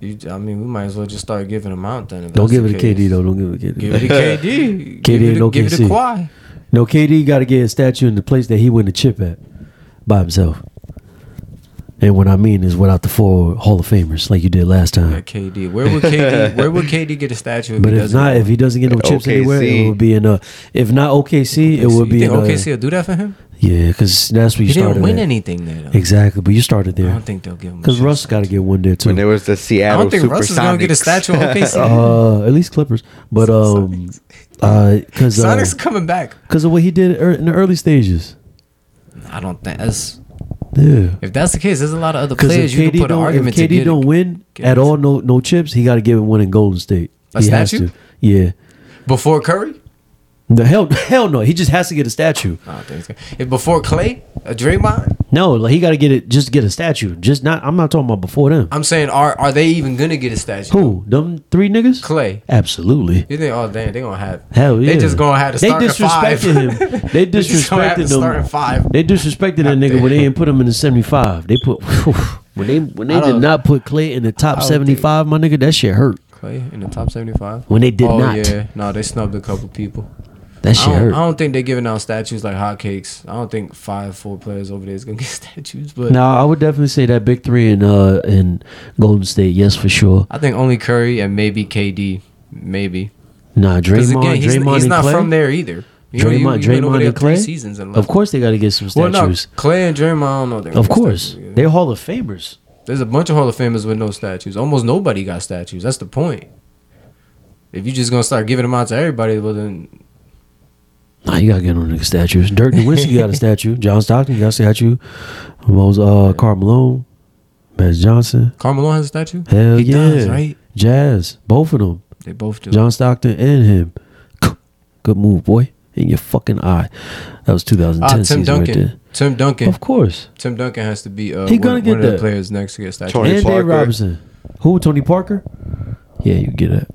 C: You, I mean, we might as well just start giving him out then. if
A: Don't
C: that's
A: give
C: the
A: it to KD
C: case.
A: though. Don't give it to KD.
C: Give it to KD. give
A: KD
C: it
A: ain't
C: to, give it to
A: OKC.
C: Kawhi.
A: No, KD got to get a statue in the place that he win the chip at by himself. And what I mean is without the four Hall of Famers like you did last
C: Yeah,
A: time.
C: KD. Where would KD? Where would KD get a statue? If
A: But
C: he
A: if
C: doesn't
A: not,
C: go?
A: if he doesn't get no chips
B: OKC.
A: anywhere, it would be in a. If not OKC, it would
C: you
A: be
C: think
A: in a.
C: OKC will do that for him.
A: Yeah, because that's where you
C: He
A: started.
C: didn't win
A: at.
C: anything there. Though.
A: Exactly, but you started
C: I
A: there
C: don't think they'll give him. a
A: because
C: shot.
A: Russ got to get one there too.
B: When there was the Seattle
C: I don't think Russ is gonna get a
B: Supersonics.
C: statue of OKC.
A: uh, at least Clippers, but um, uh, because
C: Sonic's coming back.
A: because of what he did er- in the early stages.
C: I don't think that's.
A: Yeah,
C: If that's the case, there's a lot of other
A: because if
C: players you
A: KD
C: can put an
A: don't, if
C: argument to
A: KD
C: get.
A: don't win
C: get
A: at
C: it.
A: all, no no chips, he got to give it one in Golden State.
C: A
A: he has
C: statue?
A: to. Yeah.
C: Before Curry,
A: The hell, hell no! He just has to get a statue.
C: I don't think it's gonna- if before Clay, a Draymond.
A: No, like he got to get it. Just get a statue. Just not. I'm not talking about before them.
C: I'm saying, are are they even gonna get a statue?
A: Who? Them three niggas?
C: Clay.
A: Absolutely.
C: You think? Oh damn, they gonna have.
A: Hell yeah.
C: They just gonna have to
A: They
C: start five.
A: disrespected him. They
C: just gonna have to
A: disrespected
C: start
A: him.
C: at five.
A: They disrespected that nigga when they didn't put him in the seventy five. They put when they when they
C: I
A: did
C: don't-
A: not put Clay in the top
C: don't
A: seventy five. My nigga, that shit hurt.
C: Clay in the top seventy-five.
A: When they did
C: oh,
A: not.
C: yeah, no, they snubbed a couple people.
A: That
C: I
A: shit
C: don't,
A: hurt.
C: I don't think they're giving out statues like hotcakes. I don't think five, four players over there is gonna get statues, but
A: No, I would definitely say that big three in uh in Golden State, yes for sure.
C: I think only Curry and maybe KD, maybe.
A: Nah,
C: Because
A: Draymond,
C: again, he's,
A: Draymond
C: he's
A: and
C: not
A: Clay.
C: from there either. You know, you-
A: Draymond,
C: you been over
A: Draymond
C: there
A: and
C: three
A: Clay.
C: seasons and
A: of course, they got to get some
C: Well, no,
A: statues.
C: Clay and Draymond. I don't know. if they're gonna
A: of
C: get
A: course,
C: statues.
A: they're Hall of Famers.
C: There's a bunch of Hall of Famers with no statues. Almost nobody got statues. That's the point. If you're just gonna start giving them out to everybody, well then
A: Nah, you gotta get on the statues. Dirk Nowitzki got a statue. John Stockton got a statue. Mose, uh, Carl Malone, Magic Johnson.
C: Carmelo has a statue.
A: Hell
C: he
A: yeah,
C: does, right?
A: Jazz, both of them.
C: They both do.
A: John Stockton and him. Good move, boy. In your fucking eye. That was 2010
C: Ah, Tim
A: season
C: Duncan.
A: right
C: Tim
A: there.
C: Duncan.
A: Of course.
C: Tim Duncan has to be uh,
A: He
C: one,
A: gonna get
C: one of the
A: that.
C: players next to get statue.
B: Tony
A: and
B: Parker.
A: Dave Robinson. Who? Tony Parker? Yeah, you get it.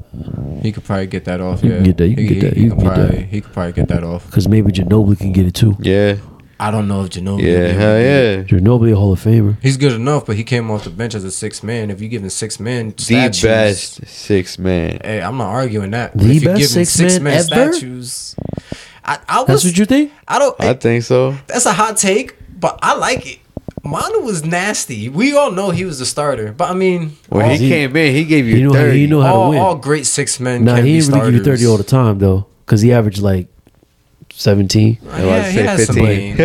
C: He could probably get that off.
A: You
C: Yeah,
A: can get that, you can
C: He-
A: get that,
C: He, he
A: you
C: could
A: can get that.
C: probably he could probably get that off.
A: Because maybe Ginobili can get it too.
B: Yeah,
C: I don't know if Ginobili.
B: yeah, hell yeah.
A: Ginobili a Hall of Famer.
C: He's good enough, but he came off the bench as a six man. If you give him six man statues,
B: The best six man.
C: Hey, I'm not arguing that.
A: The
C: if you
A: best
C: give him
A: six-man ever?
C: statues, I, I was.
A: That's what you think?
C: I don't.
B: I think so.
C: that's a hot take, but I like it. Manu was nasty. We all know he was the starter, but I mean,
B: When
C: all,
B: he,
A: he-
B: came in, he gave you
A: You know how,
B: thirty.
A: you know how
C: all,
A: to win.
C: all great six men.
A: nah,
C: can
A: he
C: be
A: didn't really give you 30 all the
C: starters.
A: time, though. Because he averaged like 17.
B: I was about
C: Yeah,
B: to
C: he
B: say
C: had some
B: 15.
C: games.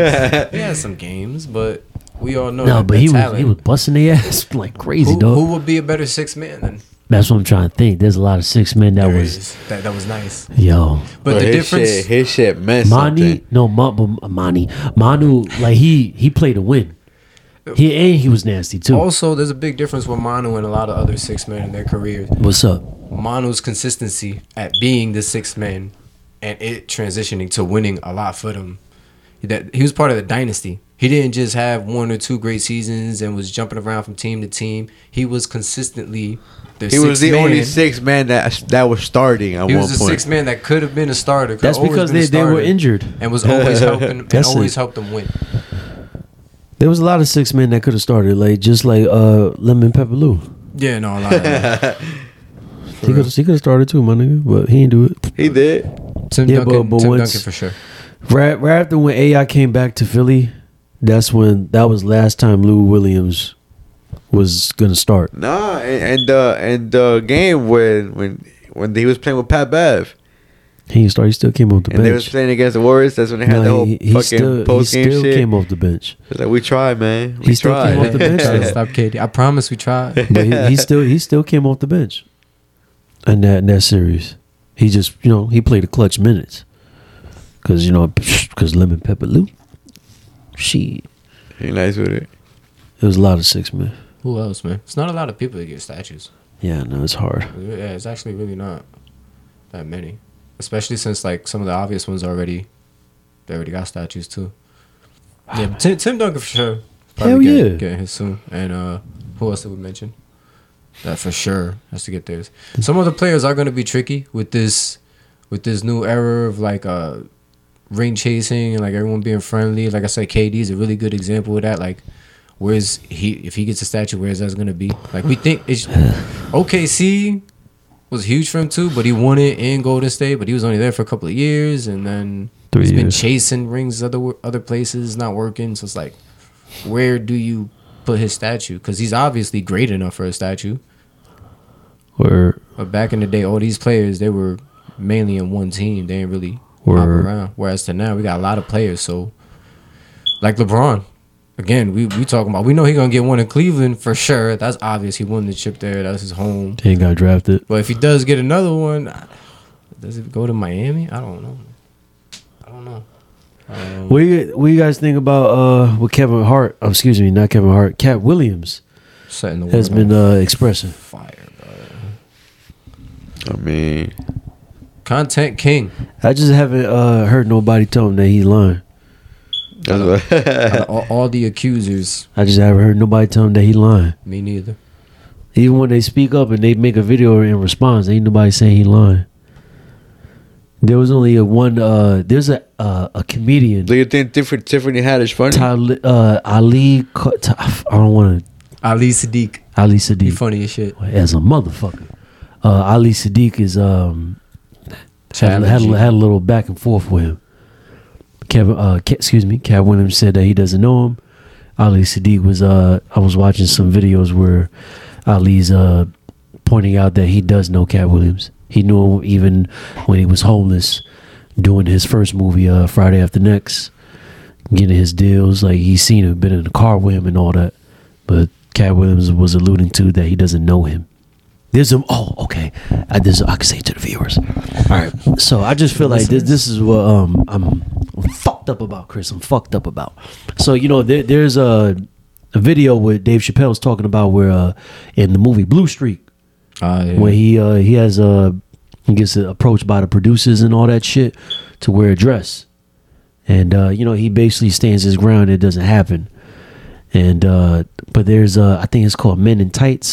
C: he had some games, but we all know.
A: No,
C: that
A: but
C: the
A: he was,
C: talent.
A: he was busting the ass like crazy,
C: Who,
A: dog.
C: who would be a better six man than
A: That's what I'm trying to think. There's a lot of six men that
C: there
A: was,
C: is. that? That was nice, but,
A: yo.
C: the
B: his
C: difference.
B: shit, his shit meant
A: Mani,
B: something.
A: no, Ma, but Mani, Manu, like he he played to win. He and he was nasty too.
C: Also, there's a big difference with Manu and a lot of other six men in their careers.
A: What's up?
C: Manu's consistency at being the sixth man and it transitioning to winning a lot for them. That he was part of the dynasty. He didn't just have one or two great seasons and was jumping around from team to team. He was consistently the
B: He
C: sixth
B: was the
C: man.
B: only six man that that was starting at
C: he
B: one
C: was the
B: point.
C: sixth man that could have been a starter. could
A: That's
C: always
A: because
C: been a
A: they, they were
C: starter,
A: injured.
C: and was always helping and
A: That's
C: always
A: it.
C: helped them win.
A: There was a lot of six men that could have started late, just like uh, Lemon Pepper Lou.
C: Yeah, no, a lot of that.
A: He could he could have started too, my nigga, but he didn't do it.
B: He did.
C: Tim
A: Yeah,
C: Duncan,
A: but- but
C: Tim
A: once-
C: Duncan for sure.
A: Right, right after when AI came back to Philly, that's when that was last time Lou Williams was gonna start.
B: Nah, and and, uh, and the game when when when he was playing with Pat Bev
A: He didn't start. He still came off the
B: and they was
A: bench.
B: playing against the Warriors, that's when they had the whole fucking
A: he
B: post game
A: still
B: shit.
A: came off the bench,
B: It's like we tried, man. We
A: He still
B: tried.
A: came off the bench, though.
C: Stop, KD. I promise we tried.
A: but he, he still he still came off the bench. In that in that series, he just you know he played a clutch minutes because you know because Lemon Pepper Lou, she
B: He nice with it.
A: it was a lot of six men.
C: Who else, man? It's not a lot of people that get statues.
A: Yeah, no, it's hard.
C: Yeah, it's actually really not that many, especially since like some of the obvious ones already, they already got statues too. Yeah, but Tim, Tim Duncan for sure.
A: Hell
C: get-
A: yeah.
C: getting his soon. And uh, who else did we mention? That for sure has to get theirs. Some of the players are going to be tricky with this, with this new era of like uh, ring chasing and like everyone being friendly. Like I said, KD is a really good example of that. Like, where's he if he gets a statue? Where's that's going to be? Like we think it's OKC was huge for him too, but he won it in Golden State, but he was only there for a couple of years, and then
A: Three
C: he's been
A: years.
C: chasing rings other other places, not working. So it's like, where do you put his statue? Because he's obviously great enough for a statue.
A: Where
C: But back in the day, all these players they were mainly in one team. They didn't really hop
A: Word.
C: around. Whereas to now, we got a lot of players. So, like LeBron, again, we we talking about. We know he gonna get one in Cleveland for sure. That's obvious. He won the chip there. That's his home.
A: he ain't got drafted.
C: But if he does get another one, I- does it go to Miami? I don't know. I don't know. Um,
A: What do you, what do you guys think about uh what Kevin Hart? oh, excuse me, not Kevin Hart. Cat Williams
C: setting the
A: has
C: world
A: been
C: on
A: uh expressing.
C: fire, bro.
B: I mean,
C: Content king.
A: I just haven't uh heard nobody tell him that he lying. Uh,
B: that's what.
C: Out of all, all the accusers,
A: I just haven't heard nobody tell him that he lying.
C: me neither.
A: Even when they speak up and they make a video in response, ain't nobody saying he lying. There was only a one. uh There's a uh, a comedian,
B: Do you think Tiffany, Tiffany Haddish funny?
A: Tyler, uh, Ali. Co- Ty- I don't want
C: Ali Sadiq.
A: to Ali
C: He
A: Sadiq
C: funny as shit.
A: as a motherfucker. Uh, Ali Sadiq is um had, had, a- had a little back and forth with him. Kevin, uh, Ke- excuse me, Cat Williams said that he doesn't know him. Ali Sadiq was, uh, I was watching some videos where Ali's uh, pointing out that he does know Cat Williams. He knew him even when he was homeless, doing his first movie, uh, Friday After Next, getting his deals. Like he seen him, been in the car with him and all that. But Cat Williams was alluding to that he doesn't know him. There's a oh okay. I, this I can say to the viewers. All right. So I just feel like this. This is what um I'm, I'm fucked up about, Chris. I'm fucked up about. So you know there, there's a, a video where Dave Chappelle's talking about where uh, in the movie Blue Streak
C: Uh,
A: when he uh he has uh he gets approached by the producers and all that shit to wear a dress and uh you know he basically stands his ground it doesn't happen and uh but there's uh i think it's called men in tights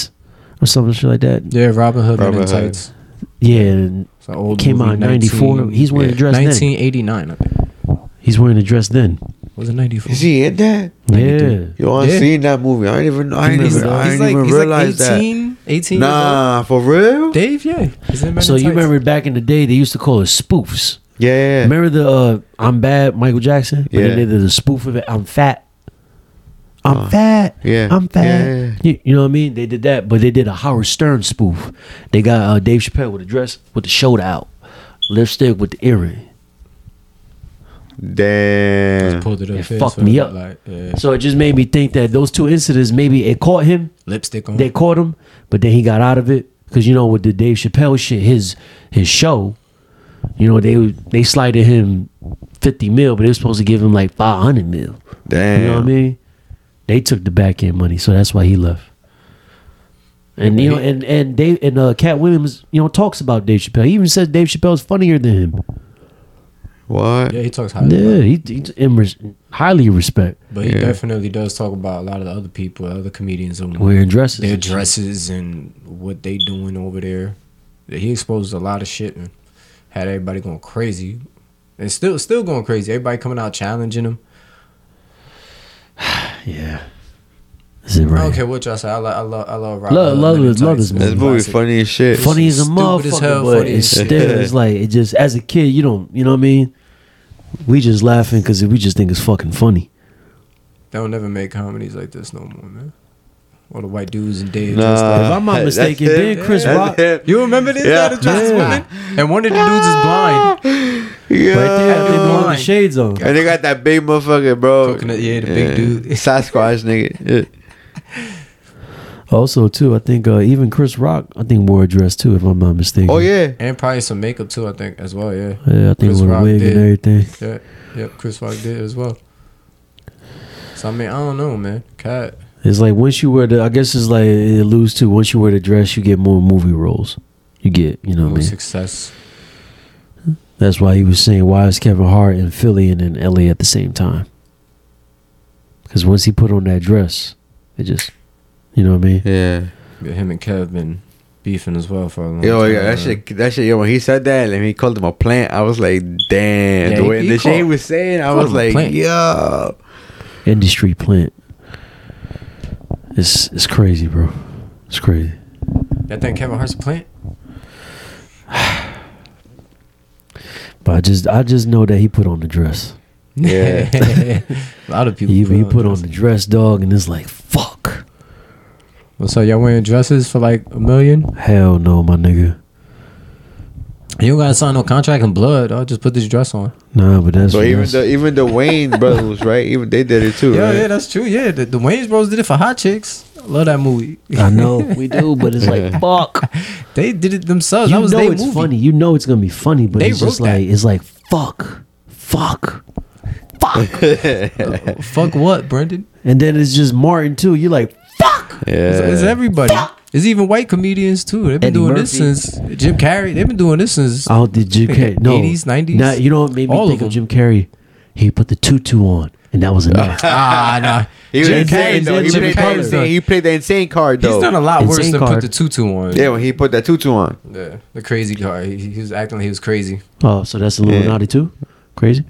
A: or something shit like that
C: yeah, Robin Hood
B: Robin
C: in
B: Hood.
C: tights.
A: yeah and
C: It's an old
A: came out
C: movie,
A: in 94
C: 19
A: he's wearing a
B: yeah,
A: dress then
C: 1989, I think.
A: he's wearing a dress then
C: Was it 94?
B: Is he in that?
A: yeah
C: 93.
B: You want to
C: Yeah.
B: see that movie? I didn't even. I didn't
C: He's-
B: even, I
C: he's
B: didn't
C: like-
B: even
C: he's like
B: realize
C: 18, 18
B: that.
C: years old.
B: Nah, for real?
C: Dave, yeah. He's in Men
A: so
C: in
A: you
C: Tights.
A: remember back in the day they used to call it spoofs
B: Yeah.
A: Remember the uh, I'm bad Michael Jackson? But
B: Yeah. Uh,
A: then they did a spoof of it. I'm fat. I'm fat.
B: yeah,
A: I'm fat.
B: yeah.
A: You, you know what I mean? They did that, but they did a Howard Stern spoof. They got uh, Dave Chappelle with a dress with the shoulder out, lipstick with the earring.
B: Damn.
C: Pulled it up.
A: It
C: yeah,
A: fucked
C: so
A: me
C: it
A: up.
C: Like, yeah.
A: So it just made me think that those two incidents maybe it caught him.
C: Lipstick on.
A: They caught him, but then he got out of it because you know with the Dave Chappelle shit, his his show, you know they they slighted him fifty mil, but they were supposed to give him like five hundred mil.
B: Damn.
A: You know what I mean? They took the back end money, so that's why he left. And you know, and and Dave and uh, Cat Williams, you know, talks about Dave Chappelle. He even says Dave Chappelle's funnier than him.
B: What?
C: yeah, he talks high.
A: Yeah, he, he's in res- highly respect
C: But he
B: Yeah.
C: definitely does talk about a lot of the other people, other comedians and
A: wearing dresses.
C: their dresses and what they doing over there. He exposed a lot of shit and had everybody going crazy. And still still going crazy. Everybody coming out challenging him.
A: yeah. Is it right?
C: Okay, what y'all say? I love, I love, I love. Rob,
A: Love- love this- love this
B: This movie funny as shit.
A: Funny as a
C: Stupid as
A: motherfucker,
C: hell,
A: but
C: funny as
A: it's
C: shit.
A: still it's like it just as a kid you don't you know what I mean. We just laughing because we just think it's fucking funny.
C: They don't never make comedies like this no more, man. All the white dudes and Dave.
B: Nah,
C: and stuff.
A: If I'm not
B: that's
A: mistaken,
B: it.
A: didn't Chris
B: That's
A: Rock-
B: it.
C: You remember this?
B: Yeah.
C: Yeah. Trans
A: Yeah.
C: woman? And one of the dudes is blind.
B: Yeah.
A: Right there, they
C: you're
A: blowing the
C: lying.
A: shades on.
B: And they got that big motherfucker, bro.
C: Coconut, yeah, the big dude.
B: Sasquatch nigga. Yeah.
A: Also, too, I think uh, even Chris Rock, I think wore a dress too, if I'm not mistaken.
B: Oh yeah.
C: And probably some makeup too, I think, as well, yeah.
A: yeah I think
C: Chris
A: with a
C: Rock
A: wig
C: did.
A: and everything.
C: Yeah, yep, Chris Rock did as well. So I mean, I don't know, man. Cat.
A: It's like once you wear the, I guess it's like it alludes to once you wear the dress, you get more movie roles. You get, you know, what I
C: more
A: mean,
C: success.
A: that's why he was saying, why is Kevin Hart in Philly and in LA at the same time? Because once he put on that dress, it just, you know what I mean.
B: Yeah.
C: Yeah, him and Kev been beefing as well for a long
B: Yo,
C: time.
B: yeah, that
C: man.
B: shit, that shit, yo, when he said that and he called him a plant, I was like, damn.
C: Yeah,
B: the
C: he-
B: way
C: he
B: the shit he
C: called-
B: was saying, I
C: called
B: was
C: him a
B: like,
C: plant.
B: yo.
A: Industry plant. It's it's crazy, bro. It's crazy.
C: That thing Kevin Hart's a plant.
A: But I just I just know that he put on the dress.
C: Yeah. a lot of people.
A: He, he put on
C: dresses.
A: the dress, dog, and it's like fuck.
C: Well, so y'all wearing dresses for like a million?
A: Hell no, my nigga.
C: You don't gotta sign no contract in blood. I'll just put this dress on.
A: Nah, but that's
B: So even
A: that's-
B: the even the Wayne brothers, right? Even they did it too,
C: Yeah,
B: right?
C: yeah, that's true. Yeah, the, the Wayne's Bros did it for Hot Chicks. I love that movie.
A: I know we do, but it's like fuck.
C: they did it themselves.
A: You
C: Oh, that was
A: know
C: their
A: it's
C: movie.
A: funny. You know it's gonna be funny, but
C: They
A: it's just
C: wrote that.
A: like it's like fuck, fuck, fuck,
C: Fuck what, Brendan?
A: and then it's just Martin too. You're like fuck.
B: Yeah.
C: It's, it's everybody. It's even white comedians too. They've been
A: Eddie
C: doing
A: Murphy.
C: this since Jim Carrey. They've been doing this since.
A: Oh, did Jim Carrey? No,
C: 80s, 90s?
A: Nah, you know what made me
C: All
A: think
C: of
A: of, Jim Carrey? He put the tutu on, and that was enough.
C: ah, nah.
B: He was
A: Jim
B: insane
A: Carrey's
B: though.
A: in
B: He
A: Jim
B: played, that
A: Carrey.
B: insane, he played the insane card though.
C: He's done a lot worse
A: Insane
C: than
A: card.
C: put the tutu on.
B: yeah, when he put that tutu on.
C: Yeah, the crazy guy. He, he was acting like he was crazy.
A: oh, so that's Illuminati too? Crazy.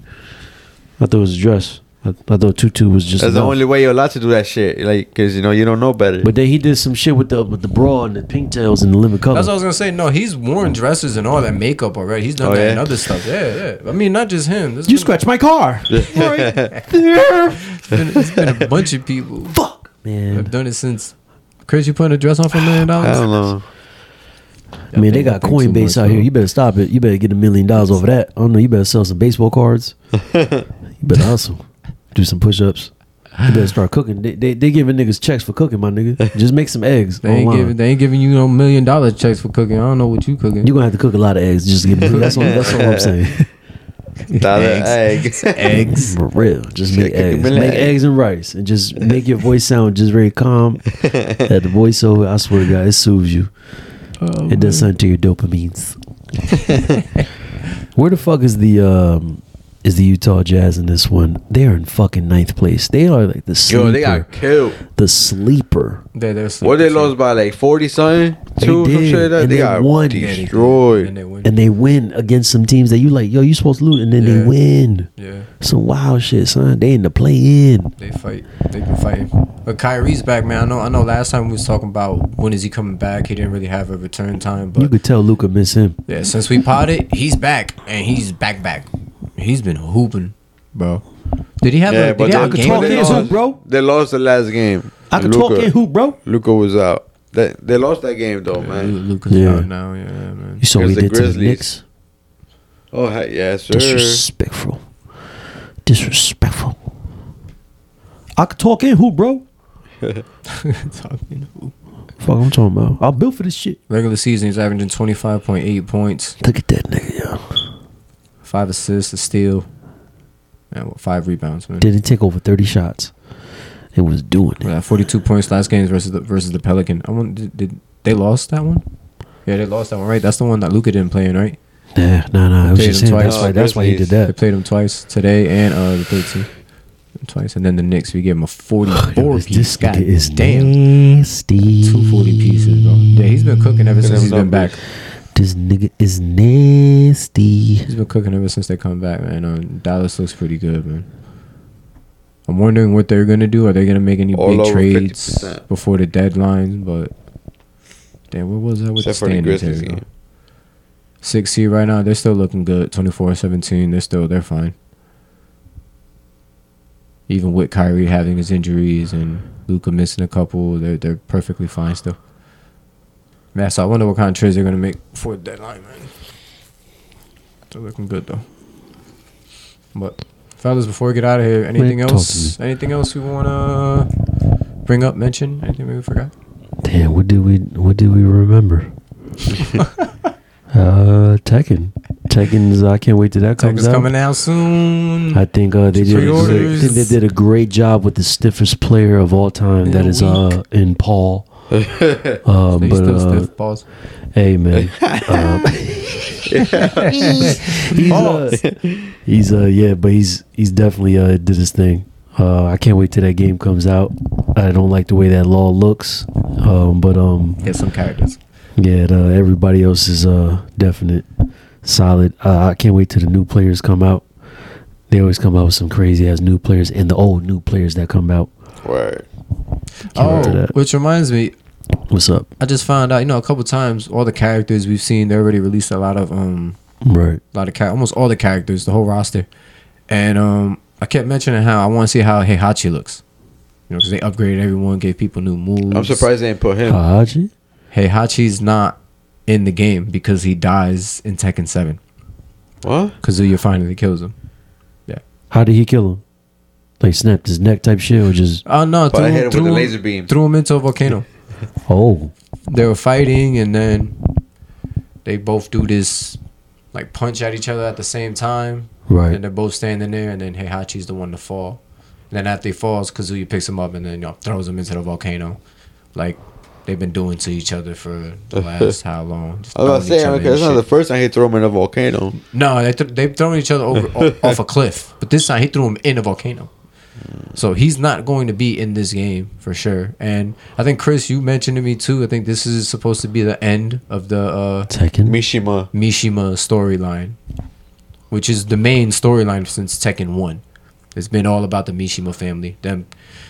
A: I thought it was a dress. I, I thought tutu was just.
B: That's the
A: enough.
B: only way you're allowed to do that shit, like, cause you know you don't know better.
A: but then he did some shit with the with the bra and the pigtails and the living color.
C: That's what I was gonna say. No, he's worn dresses and all that makeup already. He's done
B: Oh,
C: that
B: yeah?
C: and other stuff. Yeah, yeah. I mean, not just him. There's
A: you
C: been,
A: scratch my car. right there.
C: been, there's been a bunch of people
A: Fuck, man.
C: have done it since. Chris, you putting a dress on for a million
B: I don't
C: dollars?
B: know.
A: I mean, they got
C: Think too
A: Coinbase
C: much,
A: out here.
C: though.
A: You better stop it. You better get a million dollars over that. I don't know. You better sell some baseball cards. you better hustle. Do some push ups. You better start cooking. They, they they giving niggas checks for cooking, my nigga. Just make some eggs
C: They ain't
A: online.
C: giving. They ain't giving you no million dollar checks for cooking. I don't know what you cooking.
A: You're gonna have to cook a lot of eggs just to get that's all that's all I'm saying.
B: Dollar
C: Eggs.
B: egg.
C: eggs.
A: For real. Just
B: Yeah,
A: make
B: cook a
A: eggs.
B: million
A: Make
B: eggs.
A: eggs and rice and just make your voice sound just very calm. At the voiceover, I swear to God, it soothes you.
C: Oh,
A: It does something to your dopamines. Where the fuck is the um is the Utah Jazz in this one? They are in fucking ninth place. They are like the sleeper.
B: Yo, they got killed.
A: the sleeper.
C: They, they're
B: What they
C: sleeping,
B: lost by like forty something,
A: They
B: two some
A: did,
B: shit like that.
A: and
B: They
A: they
B: got
A: won.
C: And
B: destroyed.
C: they win.
A: And they win against some teams that you like, yo, you supposed to lose, and then they
C: Yeah.
A: win.
C: yeah,
A: Some wild shit, son. They in the play in.
C: they fight. They've been fighting. But Kyrie's back, man. I know. I know. Last time we was talking about when is he coming back. He didn't really have a return time,
A: You
C: but
A: could tell Luca miss him.
C: yeah, since we potted, he's back and he's back back. He's been hooping, bro. Did he have?
B: Yeah,
C: a, did
B: but
C: he
B: they,
C: have a
A: could
C: game?
A: talk
B: they
A: in
C: today?
A: his
B: lost,
A: hoop, bro.
B: They lost the last game.
A: I could
B: And
A: talk
B: Luka-
A: in hoop, bro.
B: Luka was out. They, they lost that game though,
C: Yeah,
B: man.
C: Luca's
A: Yeah.
C: out now. Yeah, man.
A: You saw what
B: Here's
A: he did to
B: the
A: the
B: Grizzlies.
A: Knicks.
B: Oh heck yeah, sir.
A: Disrespectful. Disrespectful. I could talk in hoop, bro.
C: Talking hoop.
A: Fuck, I'm talking about. I'm built for this shit.
C: Regular season, he's averaging twenty five point eight points,
A: Look at that nigga, yo.
C: five assists, a steal, and what, five rebounds, man.
A: Didn't take over 30 shots. It was doing it.
C: Yeah, forty-two points last game versus the versus the Pelican. I want did, did they lost that one? Yeah, they lost that one, right? That's the one that Luca didn't play in, right?
A: Nah, nah, nah. It was
C: Played
A: just
C: him
A: him.
C: twice.
A: That's why. That's why he did
C: They
A: that.
C: played him twice today and uh the thirteen twice, and then the Knicks we gave him a forty-four
A: This- this
C: piece. God
A: nigga is
C: damn,
A: nasty.
C: two forty pieces, bro. Yeah, he's been cooking ever since
B: them
C: he's been back.
B: numbers.
A: This nigga is nasty.
C: He's been cooking ever since they come back, man. Um, Dallas looks pretty good, man. I'm wondering what they're gonna do. Are they gonna make any
B: All
C: big
B: over
C: trades
B: 50%.
C: before the deadline? But damn, where was I with
B: Except
C: the
B: for the
C: standings? here
B: Grizzlies
C: we go.
B: game.
C: Six seed right now. They're still looking good. 24-17. They're still they're fine. Even with Kyrie having his injuries and Luca missing a couple, they're they're perfectly fine still. Man, so I wonder what kind of trades they're gonna make before the deadline, man. They're looking good though. But fellas, before we get out of here, anything
A: talk to
C: else? Anything else we wanna bring up? Mention anything we forgot?
A: Damn, what did we what did we remember? uh Tekken. Tekken's I can't wait till that
C: Tech
A: comes
C: is
A: out.
C: coming out soon.
A: I think uh, they did
C: Pre-orders.
A: they, they did a great job with the stiffest player of all time
C: In
A: that
C: a
A: is uh in Paul. Uh,
C: They
A: but
C: still
A: uh,
C: stiff balls.
A: hey man, uh, he's uh, he's uh yeah, but he's he's definitely uh did his thing. Uh, I can't wait till that game comes out. I don't like the way that law looks, um, but um,
C: Get some characters.
A: Yeah, uh, everybody else is uh definite, solid. Uh, I can't wait till the new players come out. They always come out with some crazy ass new players and the old new players that come out.
B: Word.
A: wait to
C: Oh,
A: that.
C: which reminds me,
A: What's up?
C: I just found out. You know, a couple times, all the characters we've seen, they already released a lot of um,
A: Right.
C: a lot of char- almost all the characters, the whole roster. And um, I kept mentioning how I want to see how Heihachi looks. You know, because they upgraded everyone, gave people new moves.
B: I'm surprised they didn't put him.
A: Haji?
C: Heihachi's not in the game because he dies in Tekken Seven.
B: what?
C: Kazuya finally kills him.
A: How did he kill him? Like snapped his neck type shit or just
C: Oh no!
B: But
C: Threw
B: I hit
C: him,
B: him
C: threw,
B: with a
C: him,
B: laser beam.
C: threw him into a volcano.
A: oh
C: they were fighting and then they both do this like punch at each other at the same time
A: right
C: and they're both standing there and then Heihachi's the one to fall and then after he falls Kazuya picks him up and then you know, throws him into the volcano like they've been doing to each other for the last how long Just
B: I was about
C: throwing
B: to say,
C: each other
B: okay,
C: and
B: that's not the
C: shit.
B: first time he threw him in a volcano.
C: no they th- they've thrown each other over o- off a cliff but this time he threw him in a volcano so he's not going to be in this game for sure and I think Chris you mentioned to me too I think this is supposed to be the end of the uh
A: Tekken.
B: Mishima.
C: Mishima storyline, which is the main storyline since Tekken 1. It's been all about the Mishima family. Them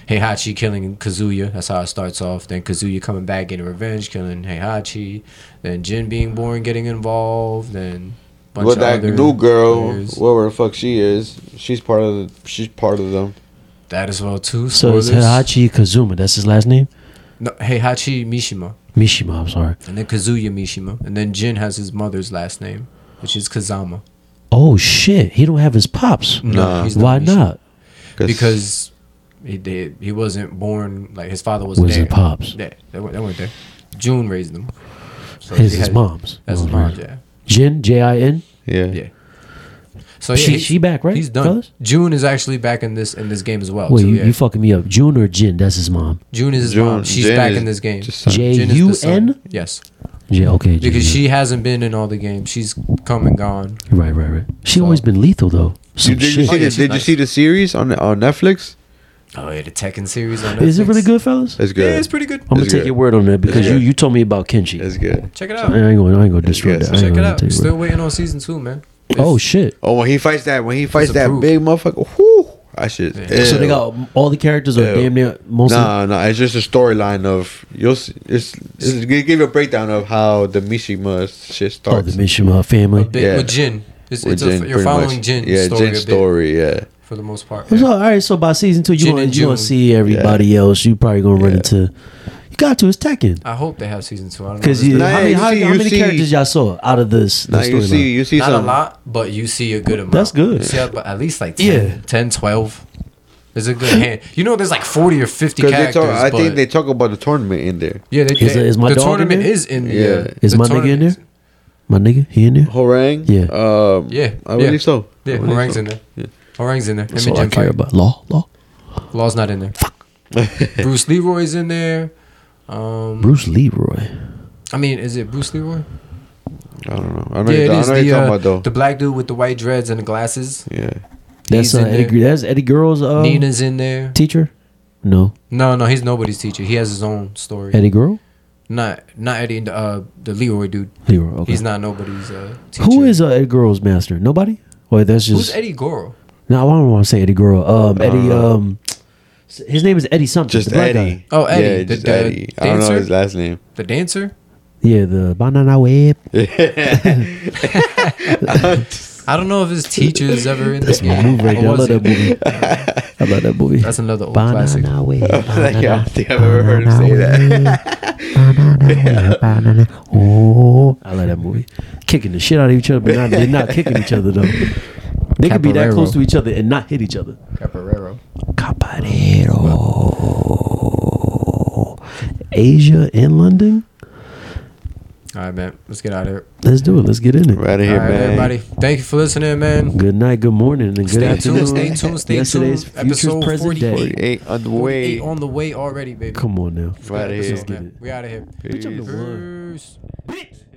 C: Heihachi killing Kazuya. That's how it starts off. Then Kazuya coming back getting revenge, killing Heihachi. Then Jin being born, getting involved. Then bunch
B: But that
C: other
B: new girl,
C: players.
B: whoever the fuck she is, she's part of the, she's part of them.
C: That as well too.
A: So it's Hachi Kazuma. That's his last name.
C: No, Heihachi Mishima,
A: Mishima. I'm sorry.
C: and then Kazuya Mishima, and then Jin has his mother's last name, which is Kazama.
A: Oh shit! He don't have his pops.
B: Nah.
C: he's
A: Why
C: Mishima.
A: not?
C: because he did, he wasn't born like his father wasn't
A: Was
C: there.
A: it pops?
C: Yeah, they, weren't- they weren't there. June raised them. So
A: His,
C: he
A: his
C: had-
A: mom's. Oh,
C: That's his mom. Yeah,
A: Jin J I N.
B: yeah,
C: yeah. So
A: She-
C: he-
A: she back, right,
C: He's done.
A: fellas?
C: June is actually back in this in this game as well.
A: Wait,
C: too,
A: you,
C: yeah.
A: you fucking me up. June or Jin? That's his mom.
C: June is his
B: June-
C: mom. She's
B: Jin
C: back
B: is
C: in this game.
B: just son.
A: J
C: Jin is the
A: U
C: son.
A: N.
C: Yes,
A: Yeah, okay.
C: because
A: Jin,
C: she hasn't been in all the games. She's come and gone.
A: yeah. right, right, right. She
C: So-
A: always been lethal though. Some
B: Dude, did you
A: shit.
B: see
C: yeah,
B: the,
C: she's
B: Did you
C: nice.
B: see the series on on Netflix?
C: Oh yeah, the Tekken series on
A: Is it
C: Netflix.
A: really good, Um, fellas?
B: That's
C: Yeah,
B: good.
C: it's pretty good.
A: I'm gonna
B: It's
A: take
B: good.
A: your word on that because you
B: good.
A: you told me about Kenshi.
B: That's good.
C: Check it
A: I
C: out.
A: ain't gonna I ain't gonna destroy
B: good.
A: that. I ain't
C: Check it
A: gonna
C: out.
A: take your
C: Still
A: word.
C: waiting on season two, man.
A: Oh shit!
B: Oh, when he fights that, when he fights that
C: approved.
B: big motherfucker, whoo! I should.
A: So they got all the characters are
B: Ew.
A: damn near mostly.
B: Nah, nah. It's just a storyline of you'll. s- It's, it's gonna give you a breakdown of how the Mishima shit
A: Oh, the
B: starts.
A: Mishima family.
C: bit
B: Yeah.
C: with Jin. It's,
B: With
C: it's a,
B: Jin,
C: you're
B: pretty
C: following
B: much.
C: Jin's
B: Yeah,
C: story
B: Jin's
C: a bit
B: story. Yeah.
C: for the most part.
A: So, all right, so by season two,
C: Jin
A: you gonna
C: and
A: you gonna
C: June.
A: see everybody else. You probably gonna run
B: Yeah.
A: into. You got to. It's Tekken.
C: I hope they have season two. I don't know.
A: Because
C: There's
B: Nah,
A: how,
B: yeah,
A: many,
B: you
A: how,
B: see-
A: how
B: you
A: many
B: see-
A: characters y'all saw out of this?
B: Now
A: this
B: you
A: storyline?
B: see, you see
C: not
B: some.
C: a lot, but you see a good amount.
A: That's good.
C: You see, uh, but at least like 10,
A: Yeah.
C: 10 12. There's a good hand. You know, there's like 40 or 50
B: Because they
C: characters.
B: talk, I
C: but
B: think they talk about the tournament in there.
C: yeah, they,
A: Is-
C: they-
A: is my
C: the
A: dog in
C: tournament
A: there?
C: is in
B: Yeah.
C: there.
A: Is
C: The
A: my nigga in
C: tournament's-
A: there? My nigga, he in there.
B: Horang.
A: Yeah.
B: Um,
C: Yeah,
B: I believe
C: yeah.
B: so. I
C: Yeah,
B: believe
C: Orang's
B: so.
C: in there. Orang's in there. Him
A: That's
C: and
A: all I
C: Jin
A: care
C: fight.
A: about. Law, law.
C: Law's not in there. Bruce Leroy's in there. Um,
A: Bruce Leroy.
C: I mean, is it Bruce Leroy?
B: I don't know. I know.
C: Yeah,
B: you're,
C: it
B: ta-
C: is.
B: I know you're
C: The,
B: talking
C: uh,
B: about though.
C: the black dude with the white dreads and the glasses.
B: yeah.
A: That's
C: He's
A: uh,
C: in
A: Eddie.
C: there.
A: Gr- That's Eddie Girl's uh,
C: Nina's in there.
A: teacher. No,
C: No, no, he's nobody's teacher. He has his own story.
A: Eddie Girl.
C: Not not Eddie and the, uh the Leroy dude.
A: Leroy. Okay.
C: He's not nobody's uh teacher.
A: Who is uh, Eddie Girl's master? Nobody. Well, that's
C: Who's
A: just.
C: Eddie Goro?
A: No, I don't want to say Eddie Girl. Um, Eddie. Um, His name is Eddie something.
B: Just
A: the black guy.
B: Eddie.
C: Oh, Eddie,
B: Yeah,
C: the-
B: just
C: the
B: Eddie. I don't know
C: dancer?
B: his last name.
C: The dancer?
A: Yeah, the banana whip.
C: I don't know if his teacher is ever in this
A: That's my
C: movie.
A: movie right
C: Or
A: there. I
C: was
A: love that
C: he?
A: movie. I love that movie.
C: That's another old classic.
A: banana whip.
B: Like, I don't think I've ever heard him
A: banana
B: say that.
A: whip, banana whip, banana. Oh, I love that movie. Kicking the shit out of each other, but not, they're not kicking each other though. They could be that
C: Capoeira.
A: close to each other and not hit each other.
C: Capoeira.
A: Caballero. Asia and London.
C: All right, man. Let's get out of here.
A: Let's do it. Let's get in it.
B: right here,
C: All right,
B: man.
C: everybody. Thank you for listening, man.
A: Good night. Good morning. And good
C: Stay
A: afternoon.
C: tuned, stay tuned, stay
A: Yesterday's
C: tuned.
A: Futures
C: Episode
A: present
C: 48.
A: day.
B: 48 on the
C: Way
B: way.
C: on the way already, baby.
A: Come on now.
B: Right
C: Let's
B: here.
C: go,
A: get
C: man.
A: it.
C: We out of here.
A: Bitch, I'm the
B: Peace.
A: one.
C: Peace.